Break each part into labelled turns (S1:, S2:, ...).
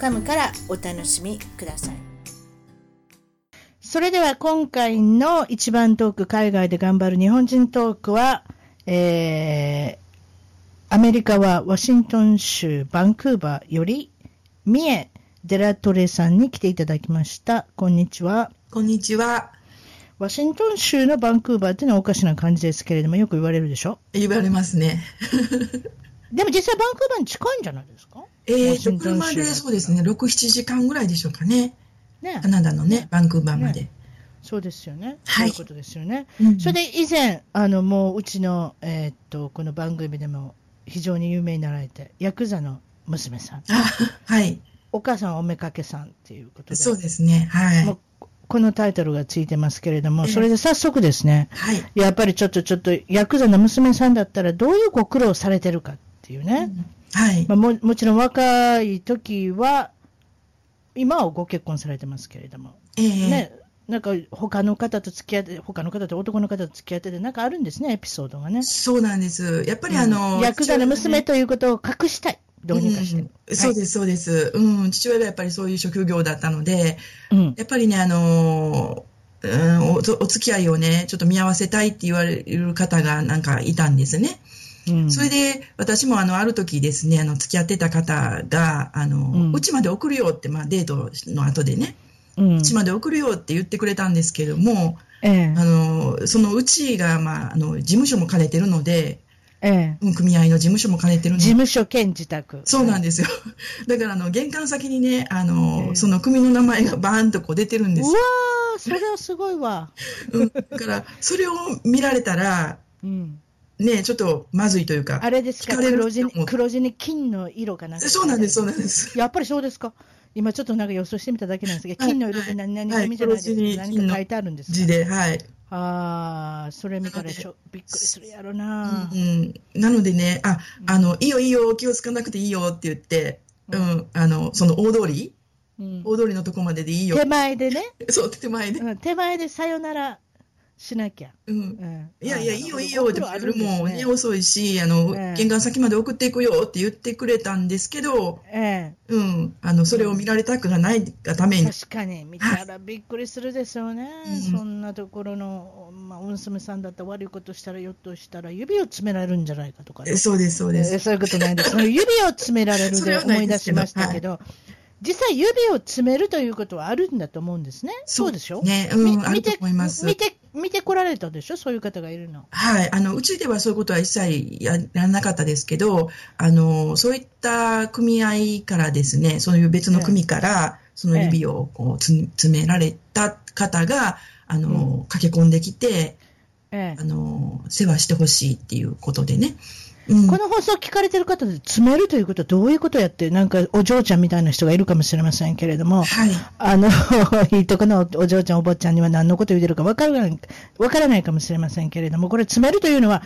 S1: .com からお楽しみくださいそれでは今回の一番トーク海外で頑張る日本人トークは、えーアメリカはワシントン州バンクーバーより三重デラトレさんに来ていただきました。こんにちは。
S2: こんにちは。
S1: ワシントン州のバンクーバーっていうのはおかしな感じですけれども、よく言われるでしょ
S2: 言われますね。
S1: でも実際バンクーバーに近いんじゃないですか
S2: え
S1: ワ
S2: ー
S1: シ
S2: と、
S1: ントン
S2: 車
S1: 州
S2: でそうですね、6、7時間ぐらいでしょうかね。
S1: ね
S2: カ。ナダのね、バンクーバーまで。
S1: そうですよね。
S2: はい
S1: そういうことですよね。
S2: うん
S1: それで以前、あの、もううちの、えーっと、この番組でも非常に有名になられて、ヤクザの娘さん、
S2: あ、はい。
S1: お母さんはおめかけさんっていうことで、
S2: そうですね。はい。
S1: もうこのタイトルがついてますけれども、
S2: ええ
S1: それで早速ですね、
S2: はい。
S1: やっぱりちょっとちょっと、ヤクザの娘さんだったらどういうご苦労されてるかっていうね、
S2: はい。
S1: まあ、ももちろん若い時は、今はご結婚されてますけれども、
S2: えー
S1: ね、なんか他の方と付き合って、他の方と男の方と付き合ってて、なんかあるんですね、エピソードがね。
S2: そうなんです。やっぱりあの、
S1: ヤクザ
S2: 父
S1: の
S2: 親
S1: 娘
S2: がね
S1: ということを隠したい、どうにかして。
S2: うんそうです、そうです。うん、父親がやっぱりそういう職業だったので、
S1: うん、
S2: やっぱりね、あのーうん、おお付き合いをね、ちょっと見合わせたいって言われる方がなんかいたんですね。
S1: うん
S2: それで、私もあの、ある時ですね、あの、付き合ってた方が、あ
S1: うん
S2: の、うち、まで送るよって、まあ、デートの後でね、
S1: うん
S2: うち、まで送るよって言ってくれたんですけども、
S1: ええ
S2: あの、そのうちが、まあ、あの、事務所も兼ねてるので、
S1: ええ
S2: うん組合の事務所も兼ねてるの
S1: 事
S2: で、
S1: 務所兼自宅。
S2: そうなん
S1: で
S2: ですよ。 だから、あの、玄関先にね、あ
S1: ええ
S2: の、その組の名前がバーンとこう出てるんです
S1: う
S2: よ
S1: わー、それはすごいわ。
S2: うんだから、それを見られたら、
S1: うん、
S2: ね、ちょっとまずいというか
S1: あ、れですか、
S2: 聞かれる
S1: 黒地に
S2: もう
S1: 黒地に金の色かなんか。
S2: そうなんです、そうなんです。
S1: やっぱりそうですか。今ちょっとなんか予想してみただけなんですけど、
S2: はい
S1: 金の色で何々
S2: は
S1: 組
S2: い
S1: じゃないですか、
S2: 黒地に
S1: 何か書いてあるんです
S2: 字
S1: か。
S2: で、はい。
S1: ああ、それ見たらちょびっくりするやろな
S2: う。ん、なのでね、あ、あの、いいよいいよ、気をつかなくていいよって言って、うん、あの、その大通り、
S1: うん
S2: 大通りのとこまででいいよ
S1: 手。前でね、
S2: そう、手前で。
S1: うん手前でさよならしなきゃ。
S2: うん。
S1: うん
S2: いやいや、いいよいいよ
S1: ご
S2: って
S1: 苦労あ
S2: 言
S1: るん
S2: る
S1: です
S2: もう
S1: ね
S2: ね、遅いし、あの
S1: ええ、
S2: 玄関先まで送っていくよって言ってくれたんですけど、
S1: え
S2: うん、あの、それを見られたくがないがため
S1: え、
S2: に、
S1: 確かに見たらびっくりするでしょうね、
S2: うん
S1: そんなところの、まあ、お娘さんだったら悪いことしたら、よっとしたら、指を詰められるんじゃないかとかね、
S2: えそうです、そうで
S1: え
S2: す。
S1: そういうことな いです、その指を詰められる
S2: それ
S1: で
S2: はな
S1: 思
S2: い
S1: い
S2: で
S1: 出
S2: すけ
S1: し
S2: ど
S1: ましたけど、実際、指を詰めるということはあるんだと思うんですね、そうでしょ、
S2: ね、
S1: み
S2: うん、ある
S1: 見
S2: と
S1: て
S2: 思います。
S1: 見て見てこられたでしょ、そういう方がいるの。
S2: はい、あのうちではそういうことは一切やらなかったですけどあの、そういった組合からですね、そういう別の組から、その指をこうつ詰められた方があの、駆け込んできて
S1: え
S2: あ
S1: え
S2: の、世話してほしいっていうことでね、うん
S1: この放送聞かれてる方で詰めるということはどういうことやって、なんかお嬢ちゃんみたいな人がいるかもしれませんけれ ども、
S2: はい、
S1: あの、いいとこのお嬢ちゃん、お坊ちゃんには何のこと言ってるか分からない分からないかもしれませんけれども、これ、詰めるというのは、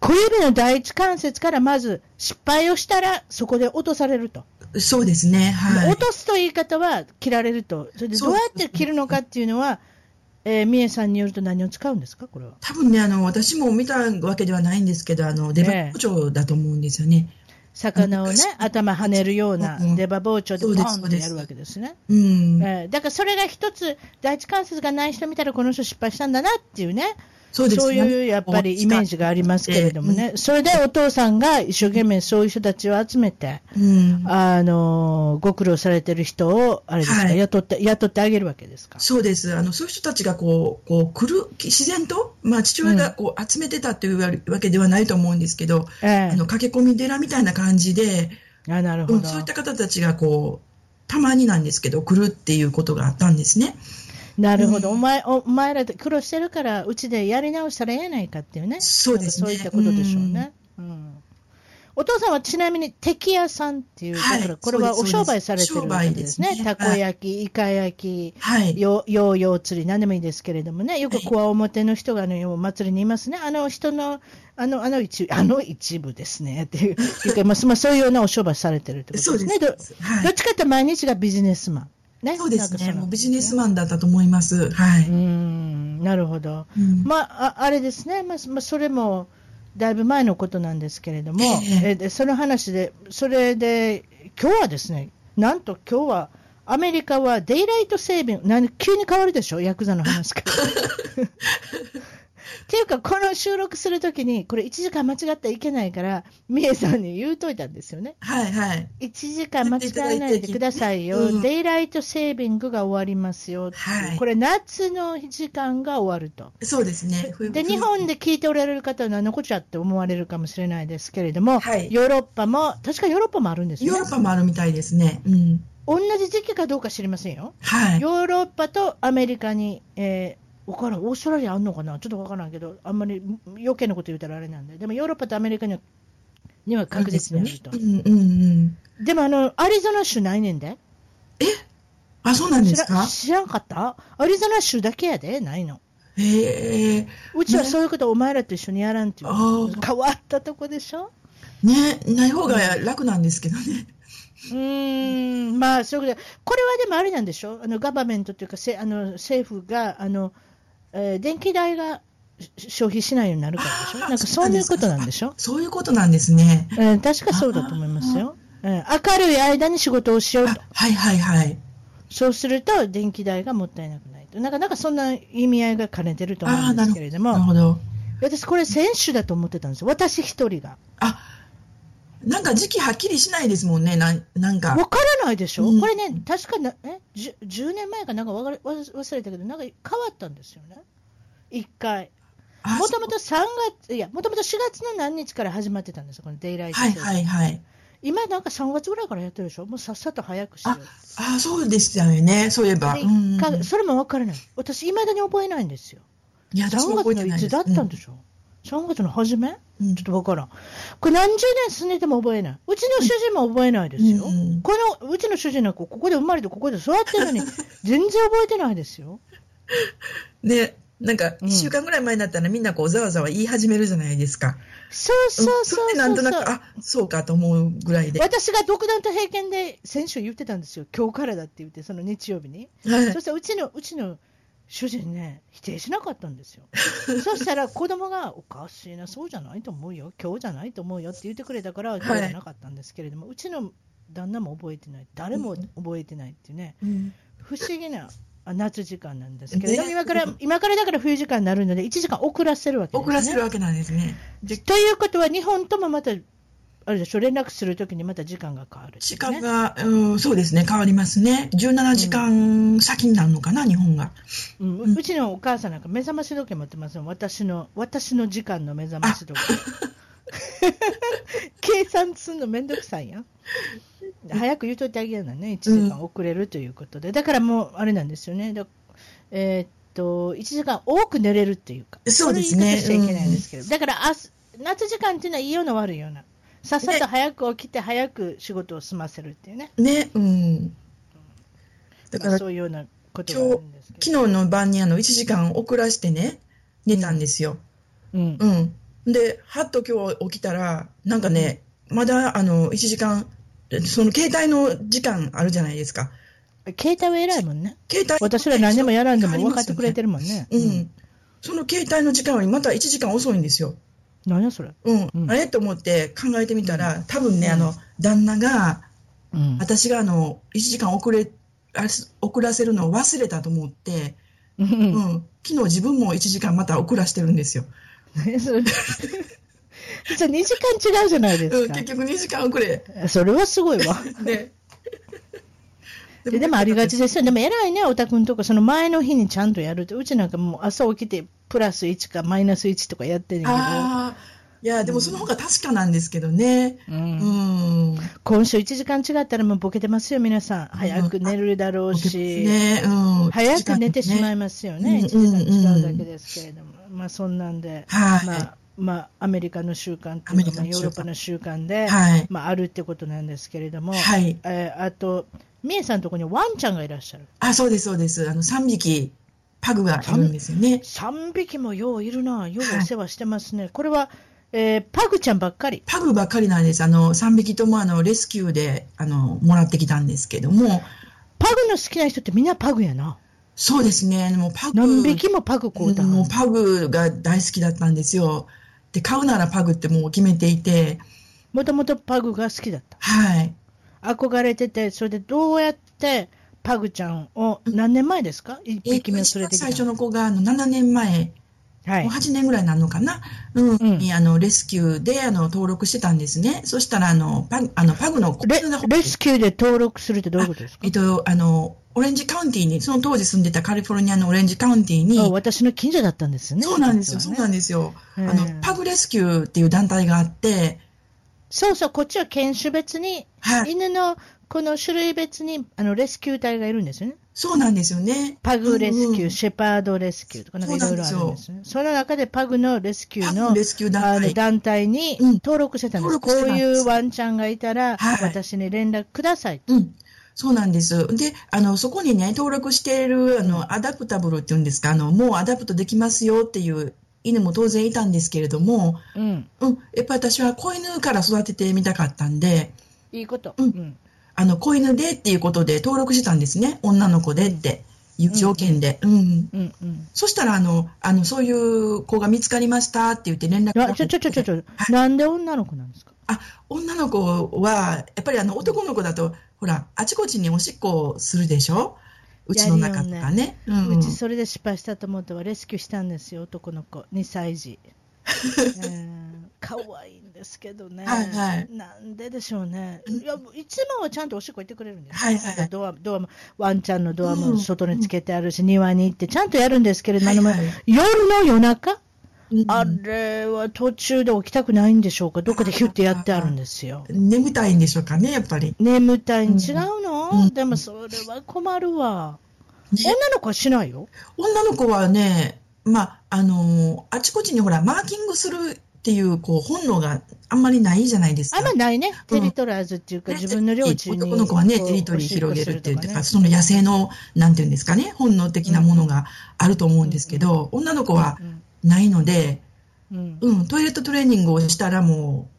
S1: 小指の第一関節からまず失敗をしたら、そこで落とされると、
S2: そうですね、はい
S1: 落、とすという言い方は切られると、それでどうやって切るのかっていうのは、えー、三重さんによると何を使うんですか、これは。
S2: 多分ねあの、私も見たわけではないんですけど、あの出
S1: ええ
S2: 番包丁だと思うんですよね。
S1: 魚をね、頭跳ねるような
S2: うん
S1: 出刃包丁でポ
S2: そうです
S1: ーンってやるわけですね。
S2: うん
S1: えーだからそれが一つ、第一関節がない人見たら、この人失敗したんだなっていうね、
S2: そうですね
S1: そういうやっぱりイメージがありますけれどもね、それでお父さんが一生懸命そういう人たちを集めて、
S2: うん
S1: あのーご苦労されてる人を、あれですか、
S2: はい
S1: 雇って、雇ってあげるわけですか。
S2: そうです。あの、そういう人たちがこう、こう、来る、自然と、まあ、父親がこう、集めてたというわわけではないと思うんですけど、
S1: え
S2: あの、駆け込み寺みたいな感じで、
S1: えあなる
S2: う
S1: ほ
S2: ん
S1: ど、
S2: そういった方たちがこう、たまになんですけど、来るっていうことがあったんですね。
S1: なるほど、お前おお前ら苦労してるから、うちでやり直したらええやないかっていうね、
S2: そうですね
S1: なんかそういったことでしょうね。うんお父さんはちなみに、敵屋さんっていう、
S2: はい
S1: だからこれ
S2: そ
S1: は
S2: う
S1: お
S2: ですそう
S1: 商
S2: です
S1: 売されてる
S2: 商
S1: わけ
S2: 売
S1: ですね。
S2: ですね
S1: たこ焼き、イカ焼き、
S2: はい。
S1: よヨーヨー釣り、何でもいいですけれどもね、よくこわ表の人があのお祭りにいますね、あの人の、あのあの一あの一部ですね、っていう、いうかまあまあ、 そういうようなお商売されてるってこと
S2: そう
S1: で
S2: ですす
S1: ね。ど
S2: は
S1: どっ
S2: い。
S1: ちかって毎日がビジネスマン。ね、
S2: そうです
S1: なんか
S2: ね。
S1: の
S2: もうビジネスマンだったと思います。は
S1: う
S2: い。
S1: ん、なるほど。
S2: うん
S1: まあ、ああれですね、まあ、まあそれもだいぶ前のことなんですけれども、
S2: ええ
S1: えでその話で、それで、今日はですね、なんと今日は、アメリカはデイライトセービング、なん急に変わるでしょ、ヤクザの話から。 っていうか、この収録するときに、これ1時間間違ってはいけないから、みえさんに言うといたんですよね。
S2: はい、はい。
S1: 1時間間違えないでくださいよ、
S2: うん
S1: デイライトセービングが終わりますよ、
S2: はい
S1: これ、夏の時間が終わると。
S2: そうですね。ふ
S1: で
S2: ふ
S1: 日本で聞いておられる方は何のこっちゃって思われるかもしれないですけれども、
S2: はい
S1: ヨーロッパも、確かヨーロッパもあるんですね
S2: ヨーロッパもあるみたいですね。うん。
S1: 同じ時期かどうか知りませんよ、
S2: はい。
S1: ヨーロッパとアメリカに、えー、分からん、オーストラリアあんのかな、ちょっと分からんけど、あんまり余計なこと言うたらあれなんで、でもヨーロッパとアメリカにはには確実にあると、
S2: う
S1: で
S2: んうんうん。
S1: もあのアリゾナ州ないねんで。
S2: あ、そうなんで
S1: 知
S2: す
S1: ら
S2: か
S1: 知らんかったアリゾナ州だけやで、ないの。
S2: へえ。
S1: うちはそういうことお前らと一緒にやらんっていう。
S2: あー
S1: 変わったとこでしょ
S2: ね、ない方が楽なんですけどね。
S1: うーん、まあ、そういうことこれはでもあれなんでしょあの、ガバメントというか、せあの政府が、あの、えー電気代がし消費しないようになるからでしょ
S2: あー
S1: なんかそういうことなんでしょ
S2: そういうことなんですね。
S1: えー確かそうだと思いますよ。えー明るい間に仕事をしようと
S2: あ。はいはいはい。
S1: そうすると電気代がもったいなくないと。なかなかそんな意味合いが兼ねてると思うんですけれども。
S2: なるほど。
S1: 私、これ選手だと思ってたんですよ、私一人が。
S2: あ、なんか時期はっきりしないですもんね。なんなんか。
S1: わからないでしょ、
S2: うん
S1: これね、確かなえ 10, 10年前かなんかわかれわ忘れたけど、なんか変わったんですよね、1回。
S2: あ
S1: もともと3月、いや、もともと4月の何日から始まってたんですよ、このデイライト
S2: は
S1: セ
S2: い
S1: ール
S2: はいはい。
S1: 今、なんか3月ぐらいからやってるでしょ、もうさっさと早くしよう
S2: あ、そうでしたよね。そういえば。
S1: で
S2: うん。
S1: かそれもわからない、私、いまだに覚えないんですよ、
S2: いや、
S1: 3
S2: 私も覚え
S1: 月
S2: て
S1: の
S2: ないい
S1: つ
S2: す
S1: だったん
S2: う
S1: でしょ、3月の初め、
S2: うん
S1: ちょっとわからん、これ、何十年住んでても覚えない、うちの主人も覚えないですよ。
S2: うんうん
S1: このうちの主人なんかここで生まれてここで育ってる のに全然覚えてないですよ。
S2: で、なんか、
S1: うん
S2: 1週間ぐらい前になったらみんなこう、ざわざわ言い始めるじゃないですか。
S1: そうそうそうそう
S2: れで
S1: そう。
S2: なんとなく、あ、そうかと思うぐらいで。は
S1: 私が独断と偏見で先週言ってたんですよ。今日からだって言ってその日曜日に。
S2: い
S1: そ。したらうちのうちの主人ね否定しなかったんで すよ。そしたら子供がおかしいなそうじゃないと思うよ今日じゃないと思うよって言ってくれたから今日じゃなかったんですけれども、うちの旦那も覚えてない誰も覚えてないっていうね。
S2: うん
S1: 不思議なあ夏時間なんですけれども、
S2: ね
S1: 今から今からだから冬時間になるので、1時間遅らせるわけです、ね。
S2: 遅らせるわけなんですね。で、
S1: ということは、日本ともまた、あれでしょ、連絡するときにまた時間が変わる、ね。
S2: 時間が、うん、そうですね、変わりますね。17時間先になるのかな、日本が。
S1: うんううちのお母さんなんか目覚まし時計持ってますよ、私の私の時間の目覚まし時 計。計算するのめんどくさいやん。早く言うといてあげるのね、1時間遅れるということで、だからもうあれなんですよね、だえーっと1時間多く寝れるっていうか、
S2: そうですね
S1: そういう言い方しちゃいけないんですけど、だから明日夏時間っていうのはいいような悪いような、さっさと早く起きて、早く仕事を済ませるっていうね、
S2: ね、うん。だか
S1: ま
S2: ら、
S1: あそういうようなことがあるんですけど。
S2: 昨日の晩にあの1時間遅らしてね、寝たんですよ。
S1: うん
S2: うん。で、はっと今日起きたら、なんかね、まだあの1時間、その携帯の時間あるじゃないですか。
S1: 携帯は偉いもんね。
S2: 携帯
S1: 私ら何でもやらんでも分かってくれて
S2: る。
S1: るもんね。
S2: うん。その携帯の時間よりまた1時間遅いんですよ。
S1: 何やそれ。
S2: うん。
S1: うん
S2: あれと思って考えてみたら、多分ね、
S1: うん
S2: あの、旦那が、
S1: うん
S2: 私があの、1時間遅れ、あす遅らせるのを忘れたと思って、うん、昨日自分も1時間また遅らしてるんですよ。
S1: 何それ。じゃあ2時間違うじゃないで
S2: う
S1: す
S2: ん、
S1: か
S2: 結。局2時間遅れ。
S1: それはすごいわ。
S2: ね。
S1: ででもありがちですよ。でも偉いね、おたくんとか、その前の日にちゃんとやると、うちなんかもう朝起きて、プラス1かマイナス1とかやってるけど、
S2: ああ、いや、でもその方が確かなんですけどね。
S1: う
S2: うんん。
S1: 今週1時間違ったらもうボケてますよ、皆さん。早く寝るだろうし。
S2: ね、うん。
S1: 早く寝てしま
S2: い。
S1: いますよ
S2: う
S1: ね、
S2: ん
S1: 1時間
S2: うん
S1: 違
S2: うん
S1: うだけですけれども、まあそんなんで、
S2: はい
S1: まあまあ、アメリカの習慣と
S2: アメ
S1: いう
S2: リ
S1: か、
S2: カ
S1: まあ
S2: の習慣
S1: ヨーロッパの習慣で、
S2: はい
S1: まあ、あるってことなんですけれども、
S2: はい。
S1: えーあと、みえさんのところにワンちゃんがいらっしゃる。
S2: あ、そうです、そうです。あの、3匹、パグがいるんですよね。
S1: 3匹もよういるな、ようお世話してますね。これは、えーパグちゃんばっかり。
S2: パグばっかりなんです。あの、3匹とも、あの、レスキューで、あの、もらってきたんですけども、
S1: パグの好きな人ってみんなパグやな。
S2: そうですね、もうパグ、
S1: 何匹もパグこうだ。
S2: もうパグが大好きだったんですよ。で、買うならパグってもう決めていて、
S1: もともとパグが好きだった。
S2: はい。
S1: 憧れてて、それでどうやってパグちゃんを何年前ですか ?1
S2: え
S1: 匹目を連れてきた
S2: 最初
S1: の。
S2: の子があの7年前、
S1: はい
S2: もう。8年ぐらいなのかな、うん
S1: うん
S2: にあのレスキューであの登録してたんですね。そしたらあのパグあのパグの
S1: レ
S2: の
S1: レスキューで登録するってどういうことですか
S2: えっと、あの、オレンジカウンティーに、その当時住んでたカリフォルニアのオレンジカウンティーに、
S1: あ私の近所だったんですよね。
S2: そうなんですよ、
S1: 実
S2: そ
S1: は
S2: う
S1: ね
S2: なんですよ。あ
S1: ええ
S2: の、パグレスキューっていう団体があって、
S1: そうそう、こっちは犬種別に、
S2: はい、
S1: 犬のこの種類別にあのレスキュー隊がいるんですよね。
S2: そうなんですよね。
S1: パグレスキュー、
S2: うん
S1: シェパードレスキューとか、なんかいろいろあるんですね。その中でパグのレスキュー
S2: パ
S1: の
S2: グレスキュー団体
S1: あの団体に登録してたんです、
S2: うん
S1: こういうワンちゃんがいたら、
S2: はい
S1: 私に連絡ください。
S2: うん。そうなんです。で、あの、そこにね、登録している、あの、アダプタブルっていうんですか、あの、もうアダプトできますよっていう犬も当然いたんですけれども、
S1: うん、
S2: うん、やっぱり私は子犬から育ててみたかったんで、
S1: いいこと。
S2: うん
S1: うん
S2: あの、子犬でっていうことで登録してたんですね。女の子でっていう条件で。うん。
S1: うんうん、
S2: そしたら、あの、あの、そういう子が見つかりましたって言って連絡が
S1: あちょちょちょちょちょ、なんで女の子なんですか
S2: あ、女の子は、やっぱりあの、男の子だと、ほら、あちこちにおしっこするでしょうちの中とかね。うん
S1: うちそれで失敗したと思ったわレスキューしたんですよ男の子2歳 児うん可愛いんですけどね、
S2: はいはい
S1: なんででしょうねいやいつもはちゃんとおしっこ行ってくれるんですよ、
S2: はいはい
S1: ドアドアもワンちゃんのドア
S2: う
S1: も
S2: ん
S1: 外につけてあるし、庭に行ってちゃんとやるんですけれども、
S2: はいはい
S1: 夜の夜中
S2: うん
S1: あれは途中で起きたくないんでしょうかどっかでヒュッてやってあるんですよ
S2: 眠たいんでしょうかね、やっぱり。
S1: 眠たいに違うの、
S2: うん
S1: でもそれは困るわ、
S2: ね
S1: 女の子はしないよ
S2: 女の子はね、まあ、あのーあちこちにほら、マーキングするっていう、こう、本能があんまりないじゃないです
S1: あ
S2: か。
S1: んまないね、
S2: う
S1: テ
S2: ん
S1: リトラーズっていうか、
S2: ね
S1: 自分の領地に
S2: 男の子はね、
S1: こう
S2: テリトリー広げるっていうか、その
S1: おしっこするとかね
S2: 野生の、なんていうんですかね、本能的なものがあると思うんですけど、女の子はないので、
S1: うんうん
S2: うん、トイレットトレーニングをしたらもう、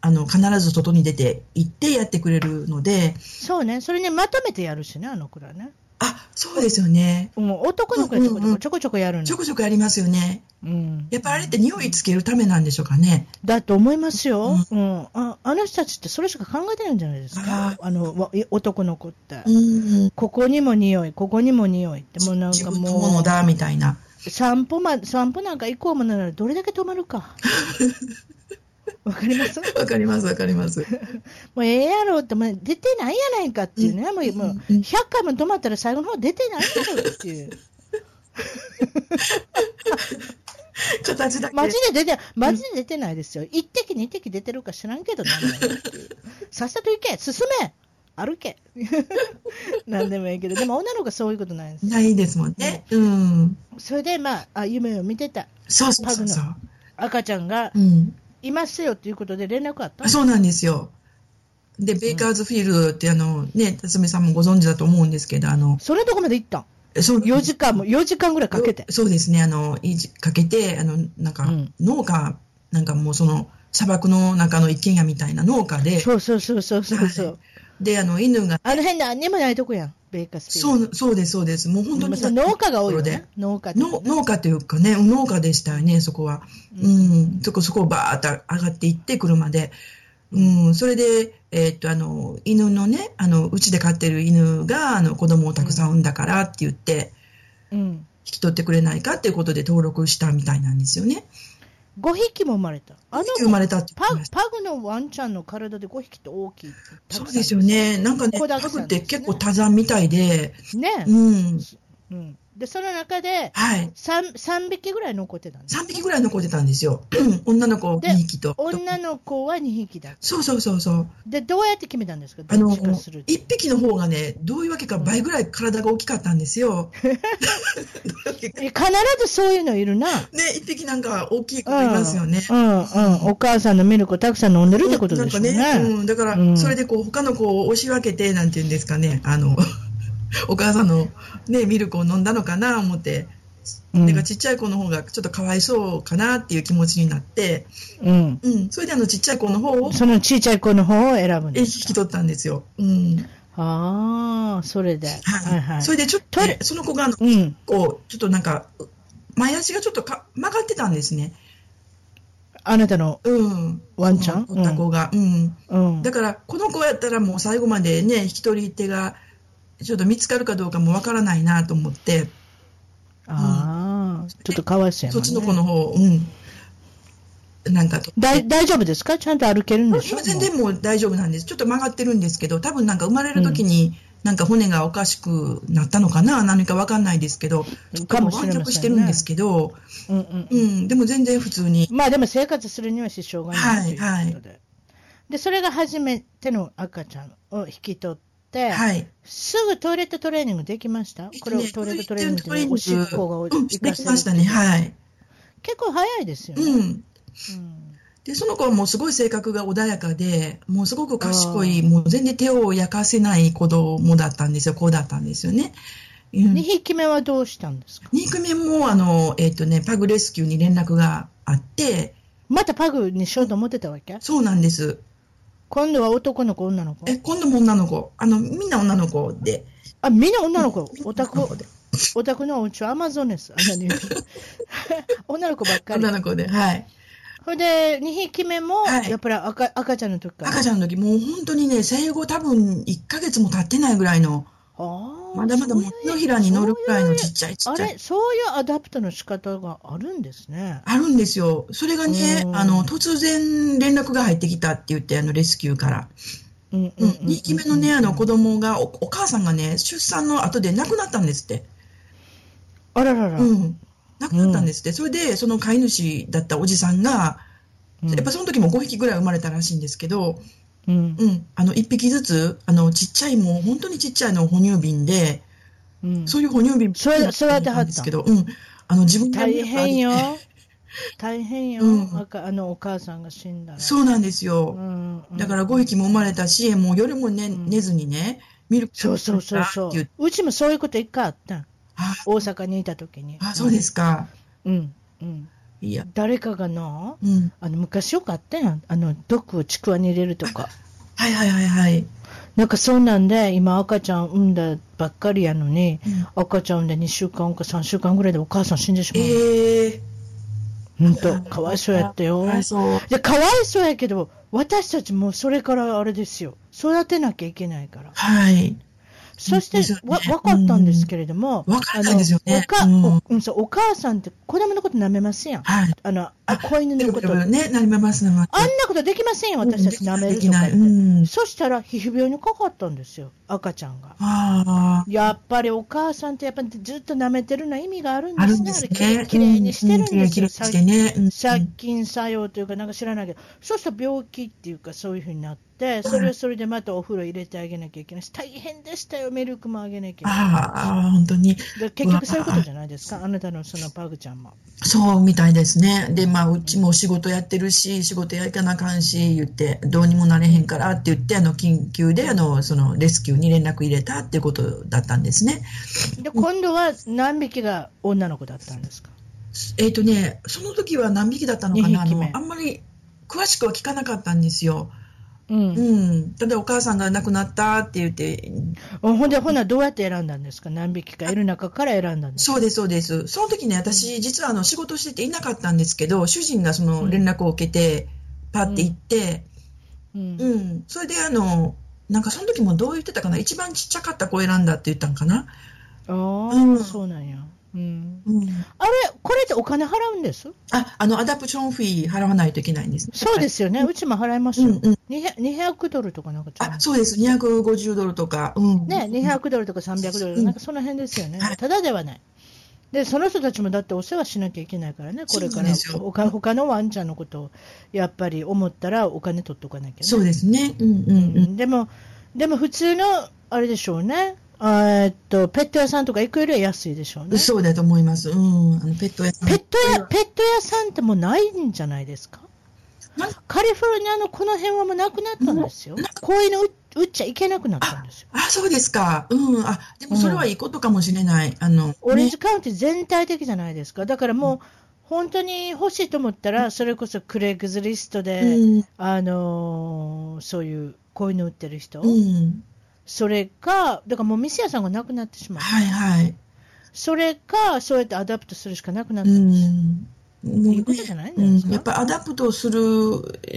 S2: あの、必ず外に出て行ってやってくれるので、
S1: そうね、それね、まとめてやるしね、あの子らね、
S2: あ、そうですよね。
S1: もう男の子はちょこちょこちょこちょこやるの、
S2: ちょこちょこやりますよね。
S1: うん
S2: やっぱあれって匂いつけるためなんでしょうかね。
S1: だと思いますよ、うんあ、あの人たちってそれしか考えてないんじゃないですか、あのわ男の子って、
S2: うん。
S1: ここにも匂い、ここにも匂いって、もうなん
S2: 自
S1: か
S2: 分のもの
S1: も
S2: だ、みたいな。
S1: う、散歩,、ま、散歩なんか行こうもなら、どれだけ止まるか。 わかります
S2: わかります、わかります。
S1: もうええやろって、もう出てないやないかっていうね、もうもう
S2: うん
S1: 100回も止まったら最後の方出てないやろっ ていう、
S2: 形だけ。
S1: マジで出て、マジで出てないですよ、一滴、二滴出てるか知らんけど、なんなんやっていうさっさと行け、進め、歩け、 なんでもいいけど、でも女の子はそういうことないんですよ
S2: ないですもんね。うん。
S1: それで、まあ、あ夢を見てた
S2: そうそうそうそう。
S1: 赤ちゃんが
S2: うん。
S1: いますよということで連絡あった
S2: そうなんですよ。で、ベイカーズフィールドって、あの、ね、辰巳さんもご存知だと思うんですけど、あの、
S1: それどこまで行ったん
S2: そう、
S1: 4時 間も4時間ぐらいかけて。
S2: そうですね、あの、いじかけて、あの、なんか
S1: うん、
S2: 農家、なんかもうその、砂漠の中の一軒家みたいな農家で、
S1: そうそうそうそうそうそう、
S2: で、あの、犬が、
S1: あの辺何にもないとこやん、ベイカースピード。
S2: そう、そうです、そうです。もう本当に
S1: まあ農家が多いよ
S2: とこ
S1: ね
S2: ろ。
S1: 農家とか
S2: の農家というかね、農家でしたよね、そこは。うん、そこ、そこをバーッと上がっていって、車で。うん、それで、えーっと、あの、犬のね、あの、うちで飼ってる犬が、あの、子供をたくさん産んだからって言って、
S1: うん。
S2: 引き取ってくれないかっていうことで登録したみたいなんですよね。
S1: 5匹も生まれた。あの
S2: 生まれたって言
S1: パ
S2: ってました
S1: パグのワンちゃんの体で5匹って大きい。
S2: そうですよね。なんかね、
S1: 子だ
S2: タ
S1: くさ
S2: グっ
S1: んですね
S2: て結構多山みたいで、
S1: ね。
S2: うん。
S1: うん。で、その中で
S2: はい。
S1: 3、3匹ぐらい残ってたんです。
S2: 3匹ぐらい残ってたんですよ。女の子2
S1: で
S2: 匹と。
S1: 女の子は2匹だ。
S2: そうそうそうそう。
S1: で、どうやって決めたんですか
S2: あ
S1: ど
S2: の、
S1: っちかするって
S2: 1匹の方がね、どういうわけか倍ぐらい体が大きかったんですよ。
S1: え必ずそういうのいるな。
S2: ね、1匹なんか大きい子がいますよね。
S1: うん、うん、お母さんのミルクをたくさん飲んでるってことでしょうね。
S2: なんかね、うん、だか
S1: うん
S2: ら、それでこう、他の子を押し分けて、なんていうんですかね、あの、 お母さんのね、ミルクを飲んだのかな、思って。
S1: うん
S2: だからちっちゃい子の方がちょっとかわいそうかなっていう気持ちになって、
S1: うん。
S2: うん、それであのちっちゃい子の方を
S1: そのちいちゃい子の方を選ぶん
S2: え
S1: で
S2: 引
S1: すか
S2: き取ったんですよ。うん。
S1: ああ、それで。はいはい。
S2: それでちょっとね、
S1: トイレ
S2: その子があの、
S1: うん。
S2: こう、ちょっとなんか、う前足がちょっとか曲がってたんですね。
S1: あなたの
S2: うん。
S1: ワンちゃん
S2: 取った子が。うん。
S1: うん
S2: だ。から、この子やったらもう最後までね、引き取り手が、ちょっと見つかるかどうかもわからないなと思って、
S1: ああ、ちょっとかわいそうやも
S2: そっ
S1: んね
S2: ちの子の方を、うん。なんかと。
S1: だい大丈夫ですかちゃんと歩けるんでしょ
S2: 全然もう大丈夫なんです。ちょっと曲がってるんですけど、多分なんか生まれる時に、なんか骨がおかしくなったのかな何かわかんないですけど、ちょっと
S1: かもし
S2: 湾
S1: れませんね
S2: 曲してるんですけど、
S1: うんうん
S2: う。ん、でも全然普通に。
S1: まあでも生活するには支障がないという
S2: はい
S1: ことで。で、それが初めての赤ちゃんを引き取って、
S2: はい。
S1: すぐトイレットトレーニングできましたこれをトイレットトレーニングでおしっこが
S2: うん
S1: 行
S2: で
S1: か
S2: き
S1: せ
S2: ましたね。
S1: る。
S2: はい。
S1: 結構早いですよね。
S2: うん。
S1: うん
S2: で、その子はもうすごい性格が穏やかで、もうすごく賢い、もう全然手を焼かせない子供だったんですよ、子だったんですよね。うん
S1: 2匹目はどうしたんですか
S2: 二組目も、あの、えっ、とね、パグレスキューに連絡があって、
S1: またパグにしようと思ってたわけ
S2: そうなんです。
S1: 今度は男の子、女の子。
S2: え、今度も女の子。あの、みんな女の子で。
S1: あ、みんな女の子。
S2: 女
S1: お
S2: の
S1: 宅
S2: 子、で。
S1: お宅のお家はアマゾン です。あ何言うの女の子ばっかり
S2: 女。の子で、はい。
S1: それで、2匹目も、
S2: はい
S1: やっぱり赤赤ちゃんの時から。
S2: 赤
S1: ゃん。
S2: ちゃんの時、もう本当にね、生後多分1ヶ月も経ってないぐらいの、
S1: あー
S2: まだまだもう手のひらに乗るくらいのちっちゃいち
S1: そ
S2: っ
S1: う
S2: ち
S1: いう
S2: ゃ
S1: あ
S2: い。
S1: れ、そういうアダプトの仕方があるんですね。
S2: あるんですよ。それがね
S1: う、ん
S2: あの、突然連絡が入ってきたって言って、あの、レスキューから。
S1: うん
S2: うん。2匹目のね、あの、子供がお、お母さんがね、出産の後で亡くなったんですって。
S1: あららら。
S2: うん。亡くなったんですって。それで、その飼い主だったおじさんが、
S1: うん
S2: やっぱその時も5匹ぐらい生まれたらしいんですけど、
S1: うん。
S2: うん。あの、1匹ずつ、あの、ちっちゃい、もう本当にちっちゃいのを哺乳瓶で、
S1: うん。
S2: そういう哺乳瓶
S1: それそれは手
S2: な
S1: は
S2: ん
S1: っ
S2: で
S1: た
S2: すけど、うん。あの、自分で
S1: 大変よ
S2: あ。
S1: 大変よ。
S2: うん
S1: 赤あの、お母さんが死んだら。
S2: げてそうなんですよ。
S1: うんうん
S2: だから5匹も生まれたし、もう夜も寝,、
S1: ん
S2: 寝ずにね、ミルク
S1: そうそうそうそ
S2: っ
S1: う
S2: て言って。
S1: うちもそういうこと一回あったん。
S2: あ
S1: 大阪にいた時に。
S2: あ、そうですか。
S1: うん。うん。
S2: いや、
S1: 誰かがな、
S2: うん。
S1: あの、昔よくあったやん。あの、毒をちくわに入れると か。
S2: はいはいはいはい。
S1: なんかそうなんで、今赤ちゃん産んだばっかりやのに、
S2: う
S1: 赤ちゃん産んで2週間か3週間ぐらいでお母さん死んでしまう。
S2: ええ
S1: ほんと、かわいそうやったよ。
S2: かわいそう。
S1: でかわいそうやけど、私たちもそれからあれですよ、育てなきゃいけないから、
S2: はい。
S1: そして
S2: ですよね
S1: わ分かったんですけれども、
S2: うんわからないですよね
S1: あ
S2: うん
S1: のおかおうんそうお母さんって子供のこと舐めますやん、
S2: はい。
S1: あのあ子犬
S2: ブル
S1: の
S2: ブ
S1: こ
S2: ル
S1: と、
S2: ブ
S1: あ
S2: ルね、なりますなります。
S1: んなことできませんよ、私たち
S2: うん
S1: 舐める
S2: でき
S1: とか
S2: な
S1: っ
S2: い。
S1: て、
S2: うん。
S1: そしたら皮膚病にかかったんですよ、赤ちゃんが。
S2: ああ。
S1: やっぱりお母さんってやっぱりずっと舐めてるのは意味があるんで
S2: ある
S1: す
S2: んで
S1: ね、あ
S2: す
S1: れ
S2: ね。
S1: きれいきれいにしてるん
S2: う
S1: です
S2: きれ
S1: よ、
S2: いきれいにしてね。うん
S1: 殺菌作用というか、なんか知らないけど、そうすると病気っていうか、そういうふうになって、それはそれでまたお風呂入れてあげなきゃいけないし、大変でしたよ、ミルクもあげなきゃいけない
S2: ああああ、本当に。
S1: で結局そういうことじゃないですか、あなたのそのパグちゃんも。
S2: そうみたいですね。で、まあ、うちも仕事やってるし、仕事や行かなあかんし、言って、どうにもなれへんからって言って、あの、緊急で、あの、その、レスキューに連絡入れたっていうことだったんですね。
S1: で、今度は何匹が女の子だったんですか
S2: えっ、とね、その時は何匹だったのかな、あ
S1: 二匹目
S2: の、あんまり詳しくは聞かなかったんですよ。
S1: う、
S2: うんん。ただ、お母さんが亡くなったって言って、
S1: ほんで、ほな、どうやって選んだんですか、何匹かいる中から選んだんですか。
S2: そうです、そうです。その時ね、私、実はあの、仕事してていなかったんですけど、主人がその連絡を受けて、パって行って、
S1: うん
S2: うん、それであの、なんかその時もどう言ってたかな、一番ちっちゃかった子選んだって言ったんかな。
S1: ああ、
S2: うん
S1: そうなんや。うん、
S2: うん、
S1: あれ、これってお金払うんです
S2: あ、あの、アダプションフィー払わないといけないんですね。
S1: そうですよね、うちも払います
S2: うん
S1: よ。
S2: うん。
S1: 200 200ドルとかなんかちゃいま
S2: あ、
S1: す
S2: そうです。250ドルとか。うん。
S1: ね、200ドルとか300ドル、
S2: うん
S1: なんかその辺ですよね
S2: は。い
S1: ただではない。で、その人たちもだってお世話しなきゃいけないからね、こ
S2: そ
S1: れ
S2: う
S1: か
S2: なん
S1: ら
S2: ですよ
S1: おか他のワンちゃんのことをやっぱり思ったらお金取っとかなきゃね。
S2: そうですね。うんうん
S1: う
S2: うん。
S1: んでも、でも普通の、あれでしょうね。えーっと、ペット屋さんとか行くよりは安いでしょうね。
S2: そうだと思います。うん。あのペット屋さん。
S1: ペット屋、ペット屋さんってもうないんじゃないですか
S2: なん
S1: カリフォルニアのこの辺はもうなくなったんですよ。こういうの売売っちゃいけなくなったんですよ。
S2: あ、そうですか。うん。あ、でもそれはいいことかもしれない。あの、
S1: オレン
S2: ね
S1: ジカウンティ全体的じゃないですか。だからもう、本当に欲しいと思ったら、それこそクレグズリストで、
S2: うん。
S1: あのーそういう、こういうの売ってる人、
S2: うん。
S1: それか、だからもう店屋さんがなくなってしまう。
S2: はいはい。
S1: それか、そうやってアダプトするしかなくなった
S2: うん
S1: ですよ。
S2: ん。
S1: と
S2: も
S1: いううこ
S2: ね
S1: とじゃないん
S2: う
S1: じゃない
S2: ん
S1: ですか。
S2: やっぱアダプトする、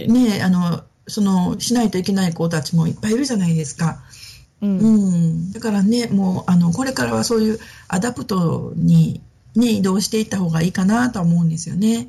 S2: ね、あの、その、しないといけない子たちもいっぱいいるじゃないですか。
S1: うん
S2: うん。だからね、もう、あの、これからはそういうアダプトに、ね、移動していった方がいいかなとは思うんですよね。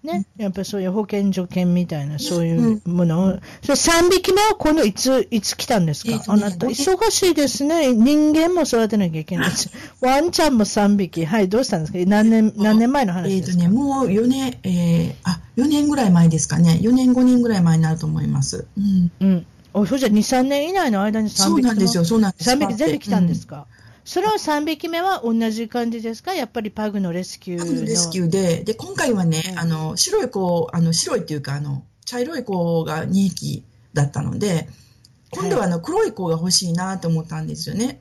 S1: ね、やっぱりそういう保健所犬みたいな、そういうものを、それ3匹目はこのいつ、いつ来たんですか、
S2: えっと
S1: あ
S2: ね
S1: なた、
S2: 僕
S1: 忙しいですね、人間も育てなきゃいけないし、ワンちゃんも3匹、はい、どうしたんですか、何年何年前の
S2: え
S1: 話
S2: っ、
S1: で
S2: と
S1: すか、
S2: ね、もう4年、えーあ、4年ぐらい前ですかね。4年、5年ぐらい前になると思います。うん。
S1: うん、おそれじゃ2、3年以内の間に3匹
S2: そうなんですよ、そうなんです
S1: 3匹全部来たんです
S2: か、
S1: か、それは3匹目は同じ感じですか、やっぱりパグのレスキュ
S2: う
S1: ー
S2: ん
S1: の。
S2: パグのレスキューで、で、今回はね、
S1: うん
S2: あの、白い子、あの、白いっていうか、あの、茶色い子が2匹だったので、今度はあの、黒い子が欲しいなと思ったんですよね。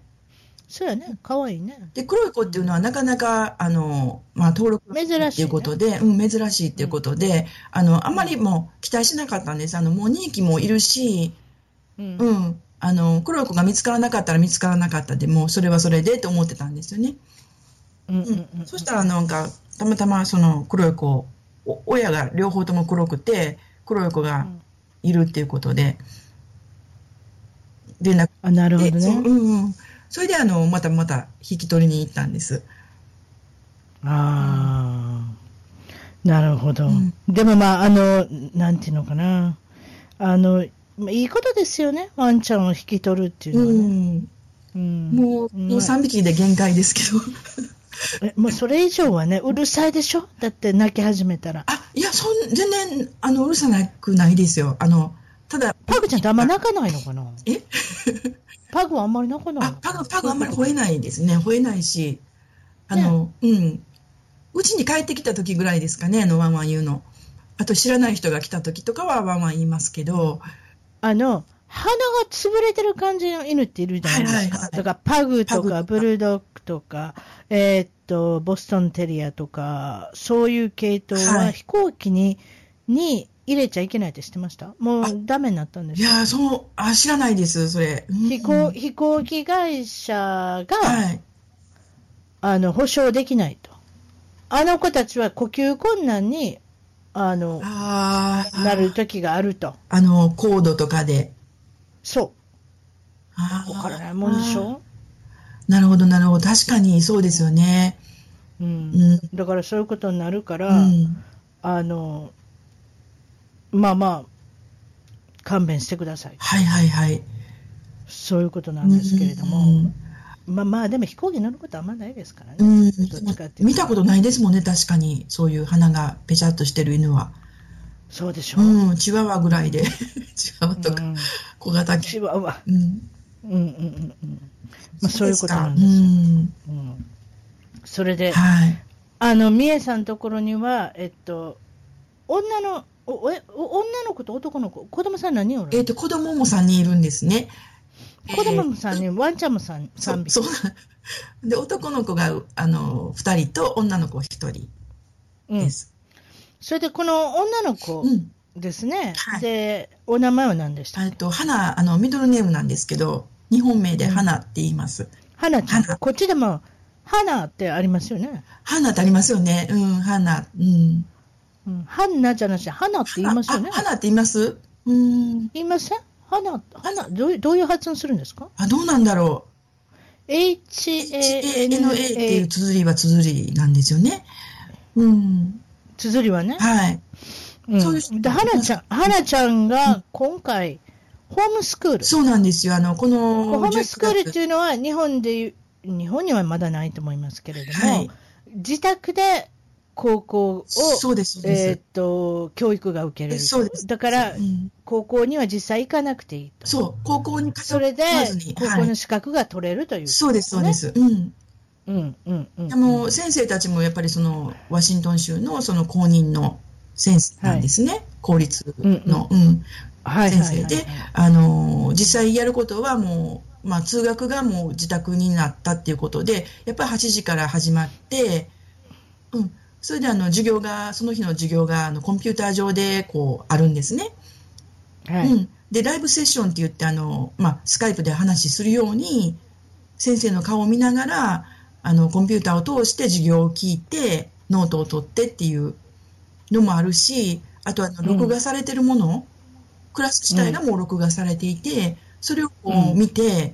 S1: そうやね、かわいいね。
S2: で、黒い子っていうのはなかなか、あの、まあ、登録が
S1: 珍しい
S2: っていうことで、うん、珍しいっていうことで、あの、あんまりもう期待しなかったんです。あの、もう2匹もいるし、
S1: うん
S2: うん。あの、黒い子が見つからなかったら見つからなかったで、もうそれはそれでと思ってたんですよね。
S1: うんう
S2: うん
S1: うん
S2: ん。そしたらなんか、たまたまその黒い子、お親が両方とも黒くて、黒い子がいるっていうことで、連絡
S1: あなるほど
S2: で、そう
S1: ね。
S2: うんうん。それであの、またまた引き取りに行ったんです。
S1: ああ、なるほど。
S2: うん
S1: でもまあ、あの、なんていうのかな。あの、まあいいことですよね。ワンちゃんを引き取るっていう
S2: う
S1: のはね。
S2: ん。
S1: うん
S2: もう、もう3匹で限界ですけど。
S1: えもうそれ以上はね、うるさいでしょだって泣き始めたら。
S2: あ、いや、そん、全然、あの、うるさくないですよ。あの、ただ、
S1: パグちゃんってあんま泣かないのかな
S2: え
S1: パグはあんまり泣かない
S2: あ
S1: の、か
S2: パ
S1: な
S2: グ、パグあんまり吠えないですね。吠えないし、あの、うん。うちに帰ってきた時ぐらいですかね、あの、ワンワン言うの。あと、知らない人が来た時とかはワンワン言いますけど、
S1: あの、鼻が潰れてる感じの犬っているじゃないですか。
S2: はいはいはい
S1: だからパグと
S2: パ
S1: か
S2: グ
S1: ブルドッグとか、えーっと、ボストンテリアとか、そういう系統
S2: は
S1: はい飛行機に、に入れちゃいけないって知ってましたも
S2: あ
S1: うダメになったんで
S2: い
S1: すよ。
S2: やー、そう、あ、知らないです、それ。うん
S1: 飛行、飛行機会社が、
S2: はい。
S1: あの、保証できないと。あの子たちは呼吸困難に、あの、
S2: ああ、
S1: なる時があると。
S2: あの、コードとかで。
S1: そ
S2: あ
S1: う。
S2: ー
S1: わからないもんでしょ
S2: なるほど、なるほど。確かに、そうですよね。
S1: う。
S2: うんん。
S1: だからそういうことになるか
S2: う
S1: ら、
S2: ん。
S1: あの、まあまあ、勘弁してください。
S2: はいはいはい。
S1: そういうことなんですけれど
S2: う
S1: も、
S2: ん
S1: まあまあ、でも飛行機乗ることはあんまないですからね。
S2: うん
S1: どっちかっていうと
S2: 見たことないですもんね、確かに。そういう鼻がペチャっとしてる犬は。
S1: そうでしょう。
S2: うん、チワワぐらいで。 チワワとか、
S1: うん
S2: 小型
S1: チ
S2: 犬。
S1: ワワ。
S2: うん。
S1: うんうんうんうん。まあそういうことなんです
S2: う
S1: よ。
S2: ん。
S1: うんそれで、
S2: はい。
S1: あの、みえさんのところには、えっと、女の、おおえお女の子と男の子、子供さん何人お
S2: えっ、
S1: る
S2: と、子供も3人いるんですね。
S1: 子供も3人、ワンちゃんも 3,
S2: そ
S1: 3
S2: う、
S1: 匹。
S2: そうなん。で、男の子が、あの、2人と女の子1人
S1: う
S2: で
S1: ん。
S2: す。
S1: それで、この女の子
S2: うん。
S1: ですね。
S2: はい
S1: で、お名前は何でしたっけ
S2: えっと、花、あの、ミドルネームなんですけど、日本名で
S1: うん
S2: 花って言います。
S1: 花ちゃん
S2: 花、
S1: こっちでも花ってありますよね。
S2: 花ってありますよね。うん、花。うん。
S1: うん、花じゃなし、花って言いますよね
S2: あ。花って言いますうん。
S1: 言いません花、花どういう、どういう発音するんですか
S2: あ、どうなんだろう。HANA っていう
S1: ?H-A-N-A。
S2: 綴りは綴りなんですよね。うん。
S1: 綴りはね。
S2: はい。
S1: うん
S2: そうです
S1: で、花ちゃん、花ちゃんが今回、ホームスクール。
S2: そうなんですよ。あの、この
S1: ホームスクールって
S2: いう
S1: いうのは日本でいう、日本にはまだないと思いますけれども、
S2: はい
S1: 自宅で高校を、
S2: そうです、そう
S1: えー
S2: で
S1: っと、教育が受けれる。
S2: す。そうです。
S1: だから
S2: う、ん
S1: 高校には実際行かなくていいと。
S2: そう、高校に通
S1: それで
S2: わずに、、
S1: 高
S2: は
S1: 校
S2: い
S1: の資格が取れるという。
S2: そうです、そうです。うん。
S1: うん、うん、うん。
S2: あの、先生たちもやっぱりその、ワシントン州のその公認の先生なんですね。公立の、うん。
S1: はいはいはいはい
S2: 先生であの、実際やることはもう、まあ、通学がもう自宅になったっていうことで、やっぱり8時から始まって、うん。それであの、授業が、その日の授業が、あの、コンピューター上で、こう、あるんですね。
S1: はい。
S2: うん、でライブセッションって言ってあの、まあ、スカイプで話しするように先生の顔を見ながらあのコンピューターを通して授業を聞いてノートを取ってっていうのもあるしあとあの
S1: うん
S2: 録画されてるもの、クラス自体がもう録画されていてそれをこう
S1: うん
S2: 見て、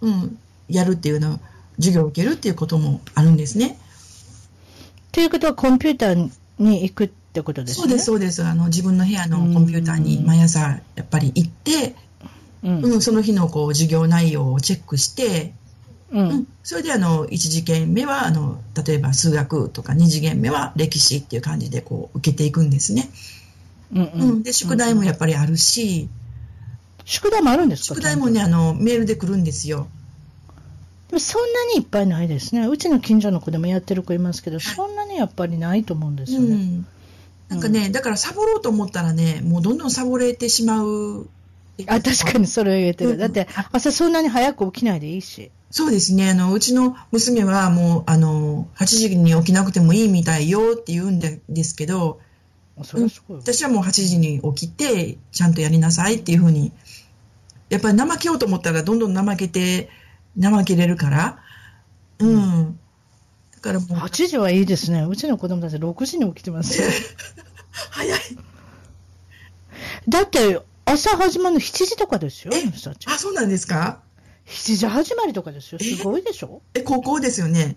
S2: うん、やるっていうの授業を受けるっていうこともあるんですね。
S1: ということは、コンピューターに行くってことですね。
S2: そうです、そうです。あの、自分の部屋のコンピューターに毎朝、やっぱり行って、
S1: うん。
S2: うん、その日のこう授業内容をチェックして、
S1: う
S2: うんん。、それであの1次元目はあの例えば数学とか2次元目は歴史っていう感じでこう受けていくんですね、
S1: うん。
S2: うんで宿題もやっぱりあるし、
S1: 宿題もあるんですか
S2: 宿題も。ねあのメールで来るんですよ
S1: でもそんなにいっぱいないですね。うちの近所の子でもやってる子いますけど、そんなにやっぱりないと思うんですよ
S2: う
S1: ね。
S2: ん、なんかね、だからサボろうと思ったらねもうどんどんサボれてしまう
S1: あ、確かにそれを言えて
S2: う
S1: る。
S2: ん
S1: だって、朝そんなに早く起きないでいいし。
S2: そうですねあのうちの娘はもうあの8時に起きなくてもいいみたいよって言うんでですけど
S1: それはすごいわ。
S2: 私はもう8時に起きて、ちゃんとやりなさいっていうふうに、やっぱり怠けようと思ったら、どんどん怠けて、怠けれるから、うん。だからもう、
S1: 8時はいいですね。うちの子供たち6時に起きてますよ。
S2: 早い。
S1: だって、朝始まるの7時とかですよ、
S2: え
S1: あの人たち
S2: あ、そうなんですか
S1: 7時始まりとかですよ。すごいでしょ
S2: え、高校ですよね。